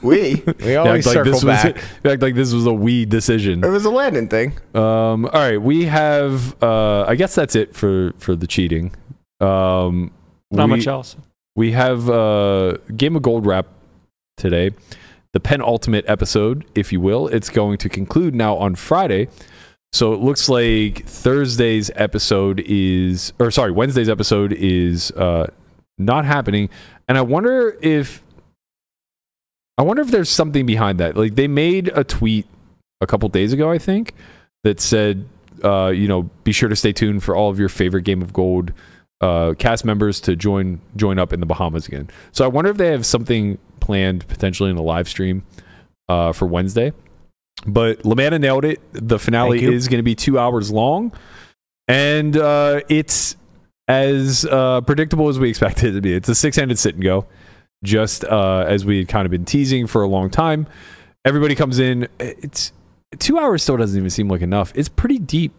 we.
We always
Act
circle
this
back.
Was, act like this was a we decision.
It was a Landon thing.
Um, all right, we have. Uh, I guess that's it for for the cheating. Um,
Not
we,
much else.
We have uh, game of gold wrap today, the penultimate episode, if you will. It's going to conclude now on Friday. So it looks like Thursday's episode is, or sorry, Wednesday's episode is uh, not happening. And I wonder if, I wonder if there's something behind that. Like they made a tweet a couple days ago, I think, that said, uh, you know, be sure to stay tuned for all of your favorite Game of Gold uh, cast members to join join up in the Bahamas again. So I wonder if they have something planned potentially in a live stream uh, for Wednesday. But Lamanna nailed it. The finale
Thank you.
is going to be two hours long, and uh, it's as uh, predictable as we expected it to be. It's a six-handed sit and go. just uh, as we had kind of been teasing for a long time. Everybody comes in. It's two hours still doesn't even seem like enough. It's pretty deep.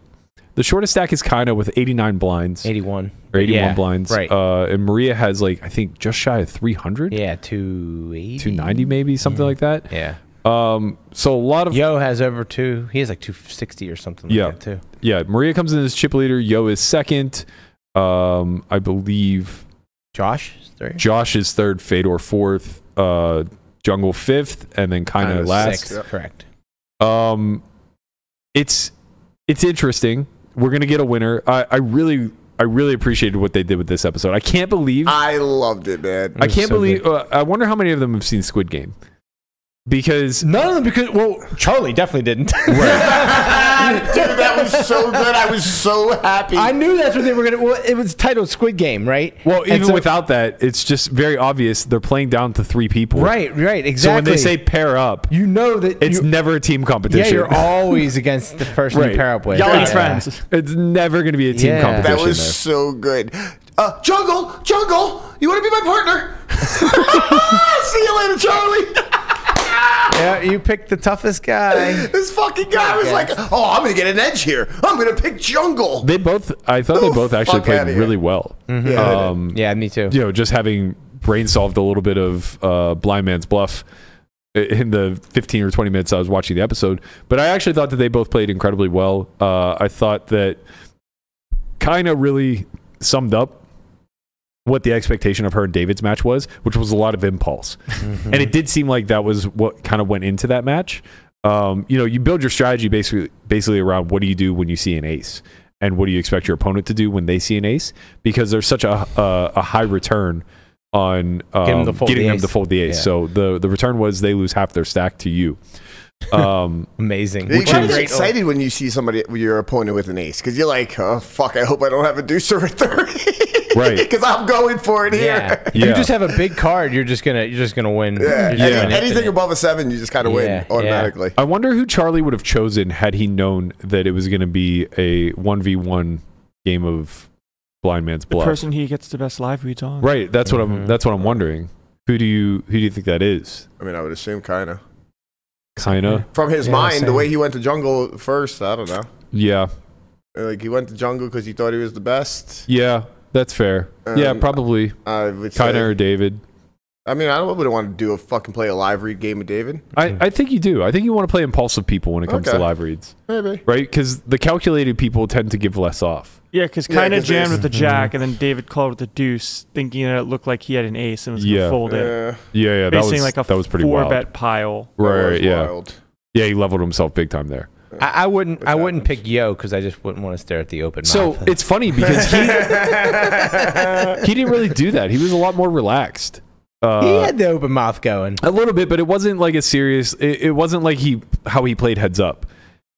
The shortest stack is kind of with 89 blinds
81.
or 81
Yeah,
blinds.
Right.
Uh, and Maria has like, I think just shy of 300,
yeah, 280.
290 maybe, something
Mm-hmm.
like that.
Yeah.
Um, so a lot of
Yo has over two. He has like 260 or something like
Yeah.
that, too.
yeah, Maria comes in as chip leader. Yo is second. Um, I believe
Josh is three.
Josh is third. Fedor fourth. Uh, Jungle fifth, and then kind
Kinda
of last.
sixth, Correct.
Um, it's it's interesting. We're gonna get a winner. I, I really I really appreciated what they did with this episode. I can't believe
I loved it, man.
I
Ah,
can't
so
believe. Uh, I wonder how many of them have seen Squid Game because
None of them because, well, Charlie definitely didn't.
Dude, that was so good. I was so happy.
I knew that's what they were going to. Well, it was titled Squid Game, right?
well
And
even
so-
without that, it's just very obvious they're playing down to three people.
Right, right, exactly.
So when they say pair up,
you know that
it's
you-
never a team
yeah,
competition.
you're always against the person
Right.
you pair up with.
Y'all
Yeah.
ain't friends.
it's never going to be a team
Yeah.
competition.
that was
there.
so good. Uh, jungle, jungle, you want to be my partner? See you later, Charlie.
Yeah, you picked the toughest guy.
this fucking guy was like, "Oh, I'm gonna get an edge here. I'm gonna pick jungle."
They both, I thought they
Oh,
both actually
fuck
played
outta here.
really well.
Mm-hmm.
Yeah, they
Um,
Yeah, me too.
you know, just having brain solved a little bit of uh, blind man's bluff in the 15 or 20 minutes I was watching the episode. But I actually thought that they both played incredibly well. Uh, I thought that kind of really summed up what the expectation of her and David's match was, which was a lot of impulse. And it did seem like that was what kind of went into that match. Um, you know, you build your strategy basically basically around what do you do when you see an ace, and what do you expect your opponent to do when they see an ace, because there's such a a, a high return on
them
um,
to fold
getting
the
them to
ace.
fold the ace.
Yeah.
So the the return was they lose half their stack to you. Um,
Amazing.
You kind of
is-
get excited when you see somebody, your opponent with an ace, because you're like, "Oh fuck, I hope I don't have a deucer at 30.
Right.
Because I'm going for it here.
Yeah.
Yeah.
You just have a big card, you're just gonna you're just gonna win.
Yeah.
You're just
Any-
gonna
Anything
infinite.
above a seven, you just kind of
Yeah,
win
yeah.
automatically.
I wonder who Charlie would have chosen had he known that it was going to be a one v one game of blind man's
The
bluff.
person he gets the best live reads on.
Right. That's what I'm.
Mhm.
That's what I'm wondering. Who do you Who do you think that is?
I mean, I would assume kind of
Kinda.
from his
Yeah,
mind, the
same.
way he went to jungle first. I don't know.
Yeah.
Like he went to jungle because he thought he was the best.
Yeah. That's fair. yeah.
Um,
Probably
I would say-
Kinda or David.
I mean, I wouldn't want to do a fucking play a live read game with David.
I, I think you do. I think you want to play impulsive people when it comes
Okay.
to live reads,
Maybe.
right? Because the calculated people tend to give less off.
Yeah, because
Yeah,
kind
'cause
of jammed
there's-
with the
Mm-hmm.
jack, and then David called with the deuce, thinking that it looked like he had an ace and was going to
Yeah.
fold it.
Yeah.
Yeah. Yeah. That
Basically,
was
like a
that was pretty
four
wild.
bet pile.
Right.
That
right,
was
Yeah.
wild.
Yeah. He leveled himself big time there.
I, I wouldn't I wouldn't
happens.
pick Yo because I just wouldn't want to stare at the open
So
mouth.
it's funny because he he didn't really do that. He was a lot more relaxed. Uh,
he had the open mouth going.
a little bit, but it wasn't like a serious. It, it wasn't like he how he played heads up.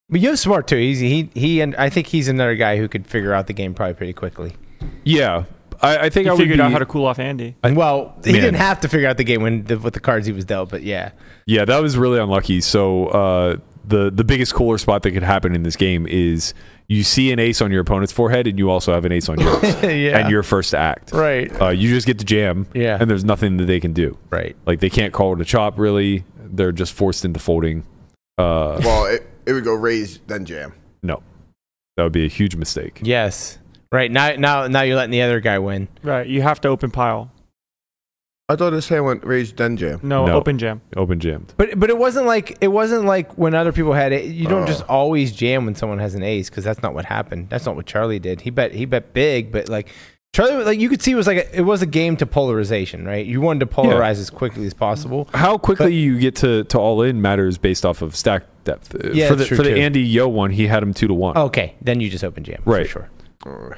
But Yo's smart too. He's he he and I think he's another guy who could figure out the game probably pretty quickly.
Yeah, I, I think
He
I would
figured
be,
out how to cool off Andy.
well, he
Man.
didn't have to figure out the game when the, with the cards he was dealt, but yeah.
Yeah, that was really unlucky. So uh, the the biggest cooler spot that could happen in this game is you see an ace on your opponent's forehead, and you also have an ace on yours,
Yeah.
and your first act.
Right.
Uh, you just get to jam.
Yeah.
and there's nothing that they can do.
Right.
Like they can't call it a chop. Really, they're just forced into folding. Uh,
well, it, it would go raise then jam.
no, that would be a huge mistake.
Yes. Right. Now now now you're letting the other guy win.
Right, you have to open pile.
I thought his hand went raise then jam.
No,
No.
open jam.
Open jammed.
But but it wasn't like it wasn't like when other people had it. You don't
Oh.
Uh.
just always jam when someone has an ace because that's not what happened. That's not what Charlie did. He bet he bet big, but like Charlie, like you could see, it was like a, it was a game to polarization, right? You wanted to polarize as quickly as possible.
How quickly
But-
you get to, to all in matters based off of stack depth. Uh,
Yeah,
for the
that's true
for the
too.
Andy Yo one, he had him two to one.
Okay, then you just open jam,
Right.
For sure.
Uh,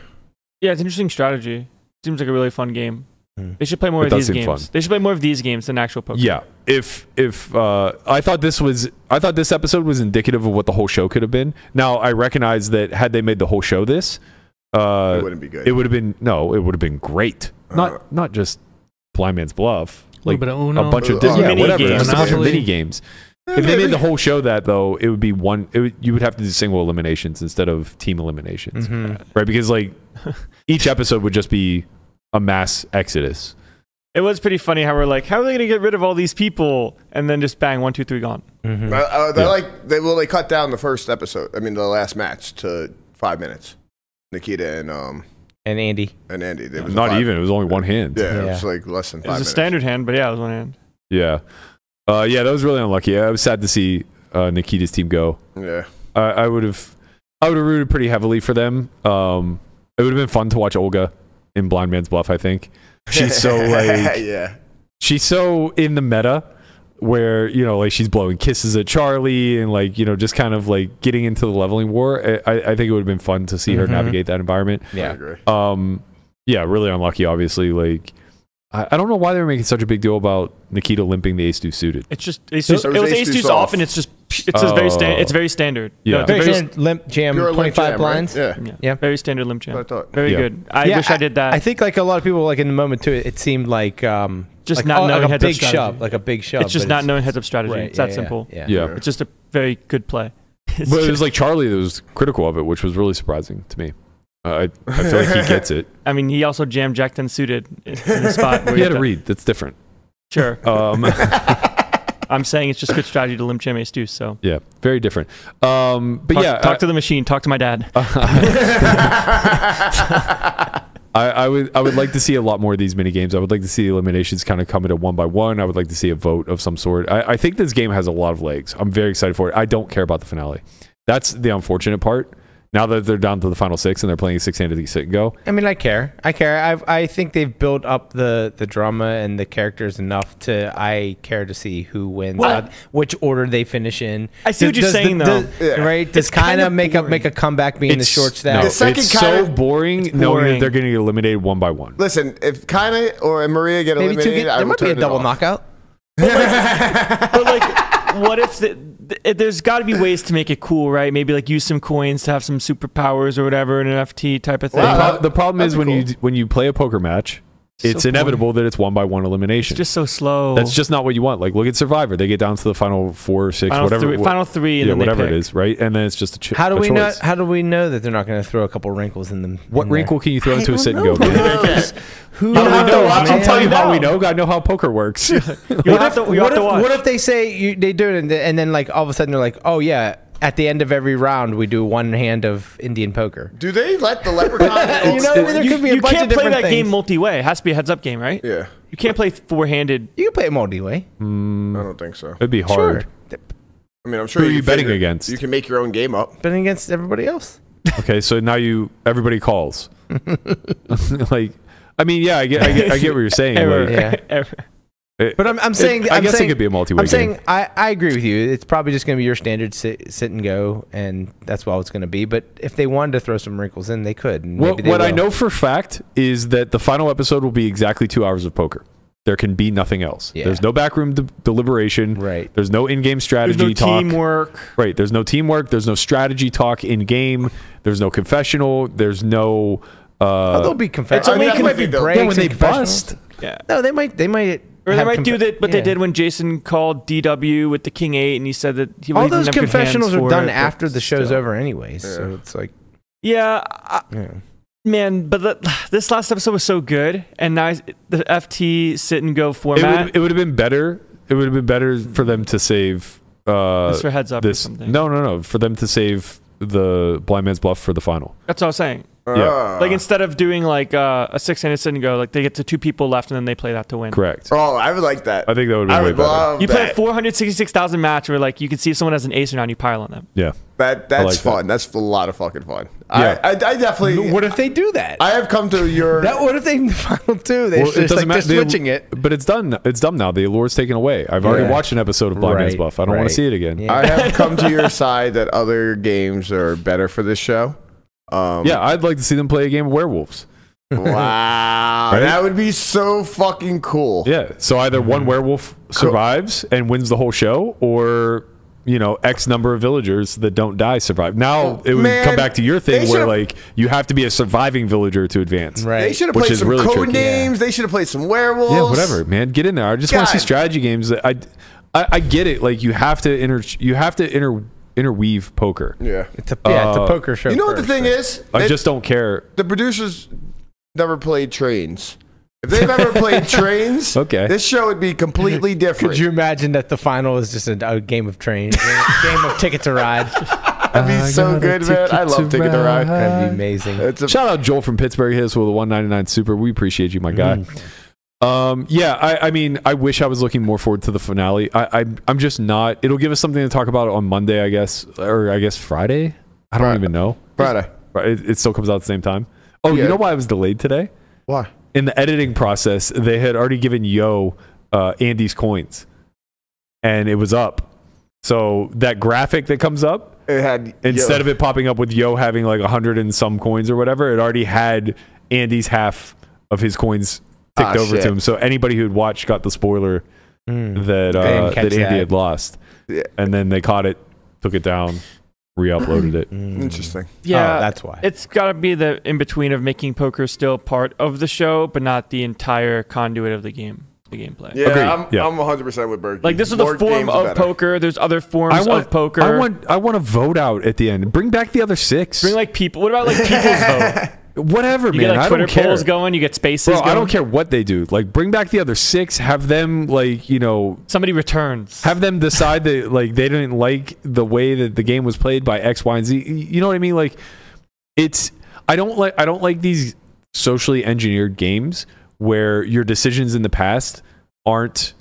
Yeah, it's an interesting strategy. Seems like a really fun game.
Mm.
They should play more
Hmm. It
of
does
these
seem
games.
fun.
They should play more of these games than actual poker.
Yeah. If if uh, I thought this was I thought this episode was indicative of what the whole show could have been. Now I recognize that had they made the whole show this, uh,
It Uh. wouldn't be good.
It would have been no. It would have been great. Not not just blind man's bluff.
Little
Like
bit of Uno.
a bunch of
Uh,
different
mini
yeah, whatever.
games.
Just a bunch of
Monopoly.
mini games. If they made the whole show that though, it would be one. It would, you would have to do single eliminations instead of team eliminations,
Mm-hmm.
right? Because like each episode would just be a mass exodus.
It was pretty funny how we're like, how are they going to get rid of all these people? And then just bang, one, two, three, gone.
Mm-hmm.
Uh, uh, they like they well they cut down the first episode. I mean the last match to five minutes. Nikita and um
And Andy.
and Andy. It was a
Not
five-
even. It was only one hand.
Yeah, it
Yeah.
was like less than
It
five.
was a
minutes.
standard hand, but yeah, it was one hand.
Yeah. Uh, yeah, that was really unlucky. I was sad to see uh, Nikita's team go.
Yeah,
I, I would have, I would have rooted pretty heavily for them. Um, it would have been fun to watch Olga in Blind Man's Bluff. I think she's so like,
yeah.
she's so in the meta where you know like she's blowing kisses at Charlie and like you know just kind of like getting into the leveling war. I, I I think it would have been fun to see her
Mhm.
navigate that environment.
I
Yeah.
agree.
Um, yeah, really unlucky. Obviously, like I, I don't know why they were making such a big deal about Nikita limping the ace deuce suited.
It's just it's just,
It was
it was,
ace
ace
deuce
deuce off.
off.
and it's just it's just very sta-
Oh.
it's very standard.
Yeah.
it's a
Very
very,
standard limp jam,
Pure
twenty
limp
five
jam,
blinds.
Right? Yeah.
yeah,
Yeah.
very standard limb jam.
That's what I thought.
Very
Yeah.
good. I
Yeah,
wish I, did that.
I think like a lot of people like in the moment too. It seemed like um
Just
like,
not
oh,
knowing
like a
heads up
big
strategy.
shove, like a big shove.
it's just
but
not knowing heads up strategy.
Right,
it's that
yeah,
simple.
Yeah.
Yeah.
It's just a very good play. It's
But it
just-
was like Charlie that was critical of it, which was really surprising to me. Uh, I, I feel like he gets it.
I mean, he also jammed Jack ten suited in in the spot. Where
He had
to-
a read. That's different.
Sure,
Um,
I'm saying it's just good strategy to limb jam ace deuce. So,
yeah, very different. Um, but
talk,
yeah, uh,
talk to the machine. Talk to my dad.
I, I would I would like to see a lot more of these mini games. I would like to see eliminations kind of come into one by one. I would like to see a vote of some sort. I, I think this game has a lot of legs. I'm very excited for it. I don't care about the finale. That's the unfortunate part. Now that they're down to the final six and they're playing six handed sit and go,
I mean, I care. I care. I I think they've built up the the drama and the characters enough to I care to see who wins,
Well-
uh, which order they finish in.
I see what you're saying, though.
does- Right? Does
It's kinda
kind of make up
boring.
make a comeback being the short
no,
stack?
The second
it's
kinda-
so boring, knowing that
boring.
they're getting eliminated one by one.
Listen, if Kaina or Maria get
Maybe two.
eliminated,
Get,
I
there
will
might be a
turn it
double
off.
knockout.
but like, what if the, th- there's got to be ways to make it cool, right? Maybe like use some coins to have some superpowers or whatever, an NFT type of thing.
The,
Wow.
pro- the problem
that'd
is
be
when you
cool.
d- when you play a poker match, it's
So
inevitable that it's one by one elimination.
It's just so slow.
That's just not what you want. Like look at Survivor; they get down to the final four or six,
final
whatever,
three,
wh-
final three, and
yeah,
then they
whatever it
pick.
is, right? And then it's just a cho-
How do
a
we
choice.
know? How do we know that they're not going to throw a couple wrinkles in them?
What wrinkle can you throw into a sit and go?
Who
game?
knows? Who
How do we know?
knows,
I'll, I'll
man?
tell you how we know. I know how poker works.
You'll have to, you
what,
have to
if,
watch.
what if they say you, they do it and, th- and then like all of a sudden they're like, oh yeah, at the end of every round we do one hand of Indian poker.
Do they let the leprechaun?
You know, there could be a
you
bunch
can't
of
play
different
that
things.
game multi-way. It has to be a heads-up game, right?
yeah,
You can't play four-handed.
you can play it multi way.
I don't think so.
It'd be hard.
Sure.
I mean, I'm sure
Who are
you
you
can
betting
figure-
against?
You can make your own game up.
Betting against everybody else.
Okay, so now you everybody calls. like, I mean, yeah, I get, I get, I get what you're saying.
Error.
like,
Yeah.
Error.
it-
But I'm, I'm saying
it,
I'm
I guess
saying,
it could be a multi-way
I'm saying
game.
I, I agree with you. It's probably just going to be your standard sit, sit and go, and that's all it's going to be. But if they wanted to throw some wrinkles in, they could. and
What,
maybe they
what I
will.
know for a fact is that the final episode will be exactly two hours of poker. There can be nothing else.
Yeah.
There's no backroom de- deliberation.
Right.
There's no in-game strategy
There's no
talk.
teamwork.
Right. There's no teamwork. There's no strategy talk in game. There's no confessional. There's no. Uh,
Oh, there'll be confessions.
It's only
there might be
confident.
breaks
yeah, when
and
they
confessionals.
bust.
Yeah.
No, they might. They might.
Or they
have
might
conf-
do that, what
yeah.
they did when Jason called DW with the King Eight, and he said that he
All
he didn't
those
have good hands
confessionals are
for
done
it, but
after the show's
still.
over, anyways. So it's like,
Yeah, I,
yeah.
man, but the, this last episode was so good, and now it's- the FT sit and go
It
format.
would, it would have been better. It would have been better for them to save. Uh,
This for heads up or
this-
something.
No, no, no. For them to save the blind man's bluff for the final.
That's what I was saying.
Oh.
yeah.
Like instead of doing like uh, a six-handed sit and go, like they get to two people left, and then they play that to win.
Correct.
Oh, I would like that.
I think that would be
I
way
would
better.
love
You play a
that.
466,000 match where like you can see if someone has an ace or not, you pile on them.
Yeah.
that that's
like that.
fun. That's a lot of fucking fun.
Yeah.
I, I, I definitely.
What if they do that?
I have come to your.
that what if they in the final two? They
Well,
just like they're
the-
switching it.
But it's done. It's dumb now. The allure's taken away. I've already
Yeah.
watched an episode of Blind Man's
Right,
Bluff. I don't want
right.
to see it again. Yeah,
Yeah.
I have come to your side that other games are better for this show. Um,
I'd like to see them play a game of werewolves.
Wow.
Right?
That would be so fucking cool.
Yeah. So either
Mm-hmm.
one werewolf survives and wins the whole show, or you know, X number of villagers that don't die survive. Now
Oh,
it would
Man,
come back to your
they
thing where
should've-
like you have to be a surviving villager to advance.
Right.
They should have
Which
played
is
some
really
code
tricky.
names. They should have played some werewolves.
Yeah, whatever, man. Get in there. I just want to see
God.
strategy games. That I, I, I get it. Like you have to inter, you have to inter, interweave poker.
Yeah.
It's a, yeah, it's a
Uh,
poker show.
You know what the
first,
thing
right?
is?
I
They-
just don't care.
the producers never played trains. If they've ever played trains,
Okay.
this show would be completely different.
Could you imagine that the final is just a, a game of trains, a game of Ticket to Ride?
That'd be so good, man. I love taking the ride.
That'd be amazing.
It's a,
Shout out Joel from Pittsburgh Hits with a 199 super. We appreciate you, Oh my guy.
Mm.
Um, yeah, I, I mean, I wish I was looking more forward to the finale. I, I, I'm just not. It'll give us something to talk about on Monday, I guess, or I guess Friday. I don't
Fri-
even know.
Friday.
Right, It, it still comes out at the same time. Oh,
Yeah.
you know why I was delayed today?
Why?
In the editing process, they had already given Yo uh, Andy's coins, and it was up. So that graphic that comes up,
It had
instead
yo,
of it popping up with Yo having like a hundred and some coins or whatever, it already had Andy's half of his coins ticked
Ah,
over
shit.
to him. So anybody who'd watched got the spoiler
Mm.
that uh,
didn't
that
catch
Andy
that.
had lost,
Yeah.
and then they caught it, took it down, re-uploaded it.
interesting.
Yeah,
Oh, that's why.
It's got to be the in between of making poker still part of the show, but not the entire conduit of the game, the gameplay.
Yeah,
Agreed.
I'm,
Yeah.
I'm 100 percent with Berg.
Like this is the
More
form
games
of
better.
poker. There's other forms
I want
of poker.
I want. I want a vote out at the end. Bring back the other six.
bring like people. What about like people's vote?
whatever,
You
man.
get like
I
Twitter
don't care.
polls going. You get spaces.
Bro,
going.
I don't care what they do. Like, bring back the other six. Have them like you know
Somebody returns.
have them decide that like they didn't like the way that the game was played by X, Y, and Z. You know what I mean? Like it's I don't like I don't like these socially engineered games where your decisions in the past aren't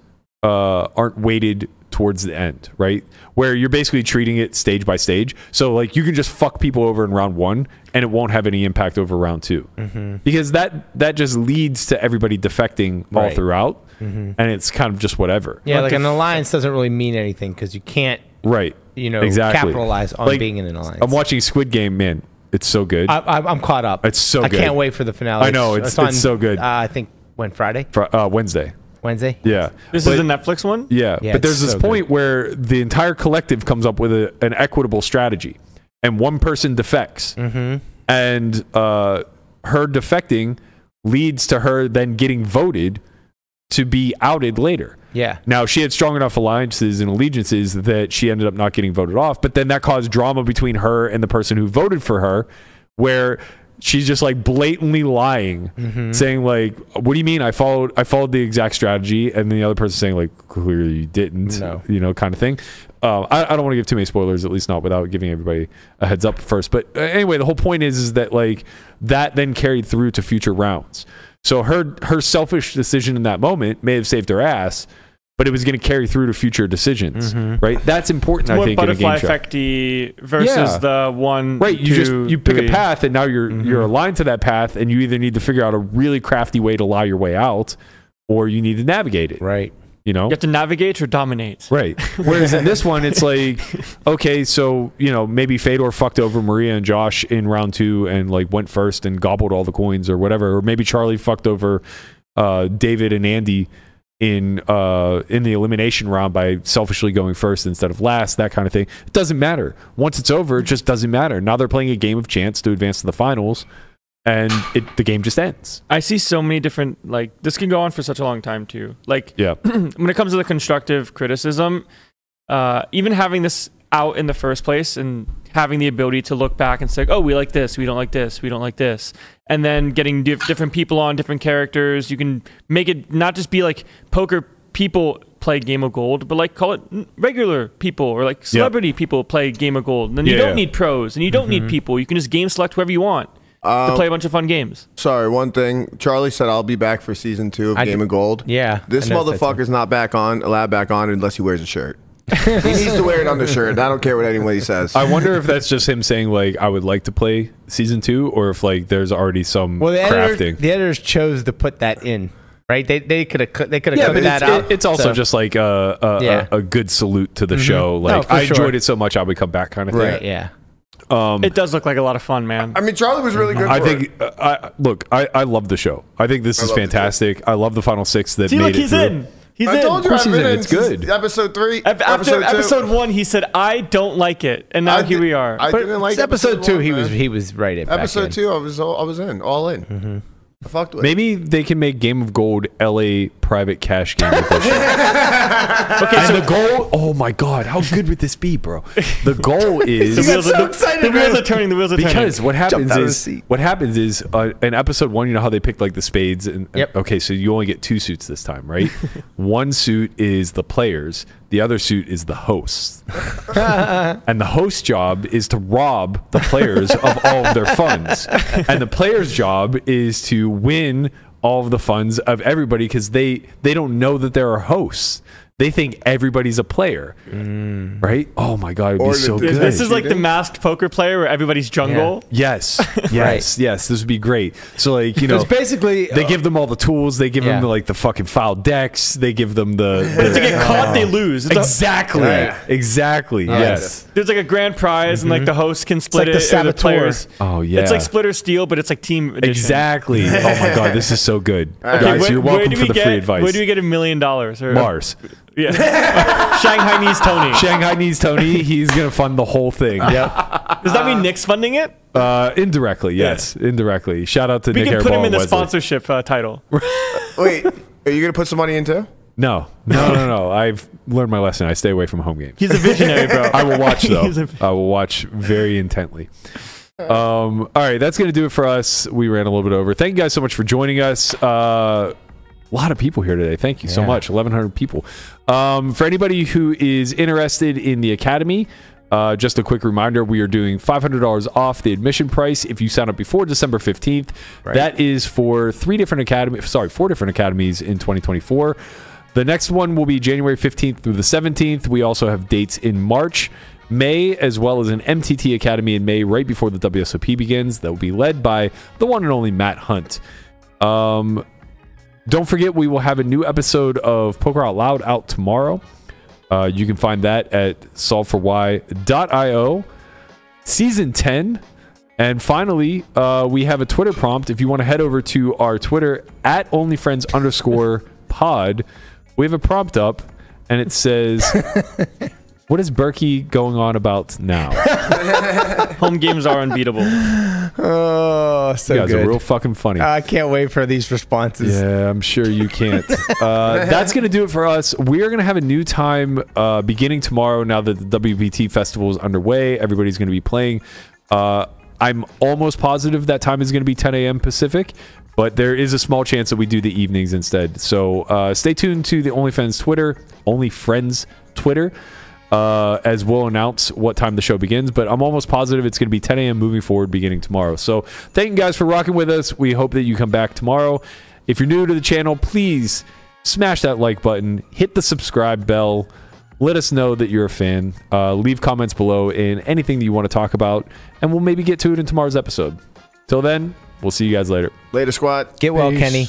uh, aren't weighted towards the end, right? Where you're basically treating it stage by stage. So like you can just fuck people over in round one, and it won't have any impact over round 2
Mm-hmm.
because that that just leads to everybody defecting all
Right. Mm-hmm.
throughout, and it's kind of just whatever,
yeah, like an alliance doesn't really mean anything because you can't,
right?
you know,
exactly.
capitalize on
Like,
being in an alliance.
I'm watching Squid Game, man. It's so good.
I, I, I'm caught up.
It's so
I
good.
can't wait for the finale.
I know, it's- it's so good.
Uh, I think when Friday,
Fri- uh, Wednesday.
Wednesday.
Yeah.
This
But-
is a Netflix one.
Yeah.
Yeah,
but there's
it's
this
so
point where the entire collective comes up with a, an equitable strategy, and one person defects,
Mm-hmm.
and uh, her defecting leads to her then getting voted to be outed later.
Yeah.
Now she had strong enough alliances and allegiances that she ended up not getting voted off, but then that caused drama between her and the person who voted for her, where she's just like blatantly lying, saying like, "What do you mean I followed? I followed the exact strategy," and the other person saying like, "Clearly you didn't,"
No.
you know, kind of thing. Um, I, I don't want to give too many spoilers, at least not without giving everybody a heads up first. But uh, anyway, the whole point is is that like that then carried through to future rounds. So her her selfish decision in that moment may have saved her ass, but it was going to carry through to future decisions, right? That's important, I
More
think, in a
Mm-hmm.
game
butterfly
show.
effecty versus
Yeah.
the one.
Right, you just
two,
you pick
three. Mm-hmm.
a path, and now you're you're aligned to that path, and you either need to figure out a really crafty way to lie your way out, or you need to navigate it.
Right.
You know,
You have to navigate or dominate.
Right. Whereas in this one, it's like, okay, so you know maybe Fedor fucked over Maria and Josh in round two and like went first and gobbled all the coins or whatever, or maybe Charlie fucked over uh, David and Andy in uh, in the elimination round by selfishly going first instead of last, that kind of thing. It doesn't matter. Once it's over, it just doesn't matter. Now they're playing a game of chance to advance to the finals, and it, the game just ends.
I see so many different like this can go on for such a long time too. Like
Yeah.
when it comes to the constructive criticism, uh, even having this out in the first place and having the ability to look back and say, "Oh, we like this, we don't like this, we don't like this," and then getting diff- different people on different characters, you can make it not just be like poker people play Game of Gold, but like call it n- regular people or like celebrity people play Game of Gold. And then you
Yeah,
don't
yeah.
need pros and you don't
Mm-hmm.
need people. You can just game select whoever you want
Uh,
to play a bunch of fun games.
Sorry, one thing. Charlie said I'll be back for season two of
I
Game
d-
of Gold.
Yeah,
This
I noticed that
motherfucker's not back on, allowed back on unless he wears a shirt. he needs to wear an undershirt. and I don't care what anybody says.
I wonder if that's just him saying like I would like to play season two, or if like there's already some
Well, the, editor,
crafting.
the editors chose to put that in, right? They they could have they could have
yeah,
cut
but
that
it's,
out.
it- it's also
So-
just like a a,
Yeah. Mm-hmm.
a a good salute to the show. Like
for
I
sure.
enjoyed it so much, I would come back, kind of
right.
thing.
Yeah,
It does look like a lot of fun, man.
I mean, Charlie was really good.
um, I
for it.
think uh, I look. I, I love the show. I think this
love
is
the show.
fantastic. I love the final six that
See,
made
look,
it
he's
through.
in. He's
I
in.
told you
course
I've
he's
been
in.
in.
It's
since
good.
Episode three.
Af- After
episode,
episode,
two.
one, he said, "I don't like it," and
Oh,
now
I
here
di-
we are.
I
But
didn't like
episode
one,
two, he
man.
was he was right at Mm-hmm.
Episode two, I was all, I was in, all in. I fucked with.
Maybe they can make Game of Gold LA private cash game edition. okay, so the goal. Oh my god, how good would this be, bro? The goal is
The wheels,
so
are,
excited,
the wheels
man.
are turning. The wheels are
because what happens
out of
is
the seat.
what happens is uh, in episode one, you know how they picked like the spades and
Yep.
okay, so you only get two suits this time, right? one suit is the players, the other suit is the host, and the host's job is to rob the players of all of their funds, and the player's job is to win all of the funds of everybody because they they don't know that there are hosts. They think everybody's a player, right? Oh my god, it'd be
Mm. Or
so
the-
turning.
good.
Dude, This is like the masked poker player where everybody's jungle.
Yes, yes, yes. This would be great. So like you know,
It's basically
they
uh,
give them all the tools. They give
Yeah.
them like the fucking file decks. They give them the,
If they
the
get caught, they lose. It's a-
exactly,
Right.
exactly. Yes.
there's like a grand prize, and like the host can split
like the
it. or
Saboteur.
players.
Mm-hmm. Oh, yeah.
It's like split or steal, but it's like team edition.
Exactly. oh my god, this is so good.
right.
Guys,
Where-
you're
where
welcome
do
for
we
the
get,
free advice.
Where do we get a million dollars? Or
Mars.
Yeah. Shanghai needs Tony.
Shanghai needs Tony. He's gonna fund the whole thing. Yep.
Does that mean Nick's funding it?
Uh, indirectly, yes, indirectly. Shout out to Nick
We can
Hairball
put him in
and
the
Wesley.
sponsorship uh, title.
Wait, are you gonna put some money into?
No, no, no, no. I've learned my lesson. I stay away from home games.
He's a visionary, bro.
I will watch
He's
though.
a-
I will watch very intently. Um, all right, that's gonna do it for us. We ran a little bit over. Thank you guys so much for joining us. Uh, a lot of people here today. Thank you so
Yeah.
much. 1,100 people. Um, for anybody who is interested in the academy. Uh, just a quick reminder, we are doing $500 off the admission price if you sign up before December 15th. That is for three different academy, sorry, four different academies in 2024. The next one will be January 15th through the 17th. We also have dates in March, May, as well as an MTT Academy in May, right before the WSOP begins. That will be led by the one and only Matt Hunt. Um, don't forget, we will have a new episode of Poker Out Loud out tomorrow. Uh, you can find that at solvefory.io, season 10. And finally, uh, we have a Twitter prompt. If you want to head over to our Twitter at onlyfriends underscore pod, we have a prompt up and it says, What is Berkey going on about now?
Home games are unbeatable.
Oh, so
You guys
good. Uh,
are real fucking funny.
I can't wait for these responses.
Yeah, I'm sure you can't. uh, that's going to do it for us. We're going to have a new time uh, beginning tomorrow now that the WBT festival is underway. Everybody's going to be playing. Uh, I'm almost positive that time is going to be 10 a.m. Pacific, but there is a small chance that we do the evenings instead. So uh, stay tuned to the OnlyFans Twitter, OnlyFriends Twitter. Uh, as we'll announce what time the show begins, but I'm almost positive it's going to be 10 a.m. moving forward beginning tomorrow. So, thank you guys for rocking with us. We hope that you come back tomorrow. If you're new to the channel, please smash that like button, hit the subscribe bell, let us know that you're a fan. Uh, leave comments below in anything that you want to talk about, and we'll maybe get to it in tomorrow's episode. Till then, we'll see you guys later.
Later, squad.
Get well, Kenny.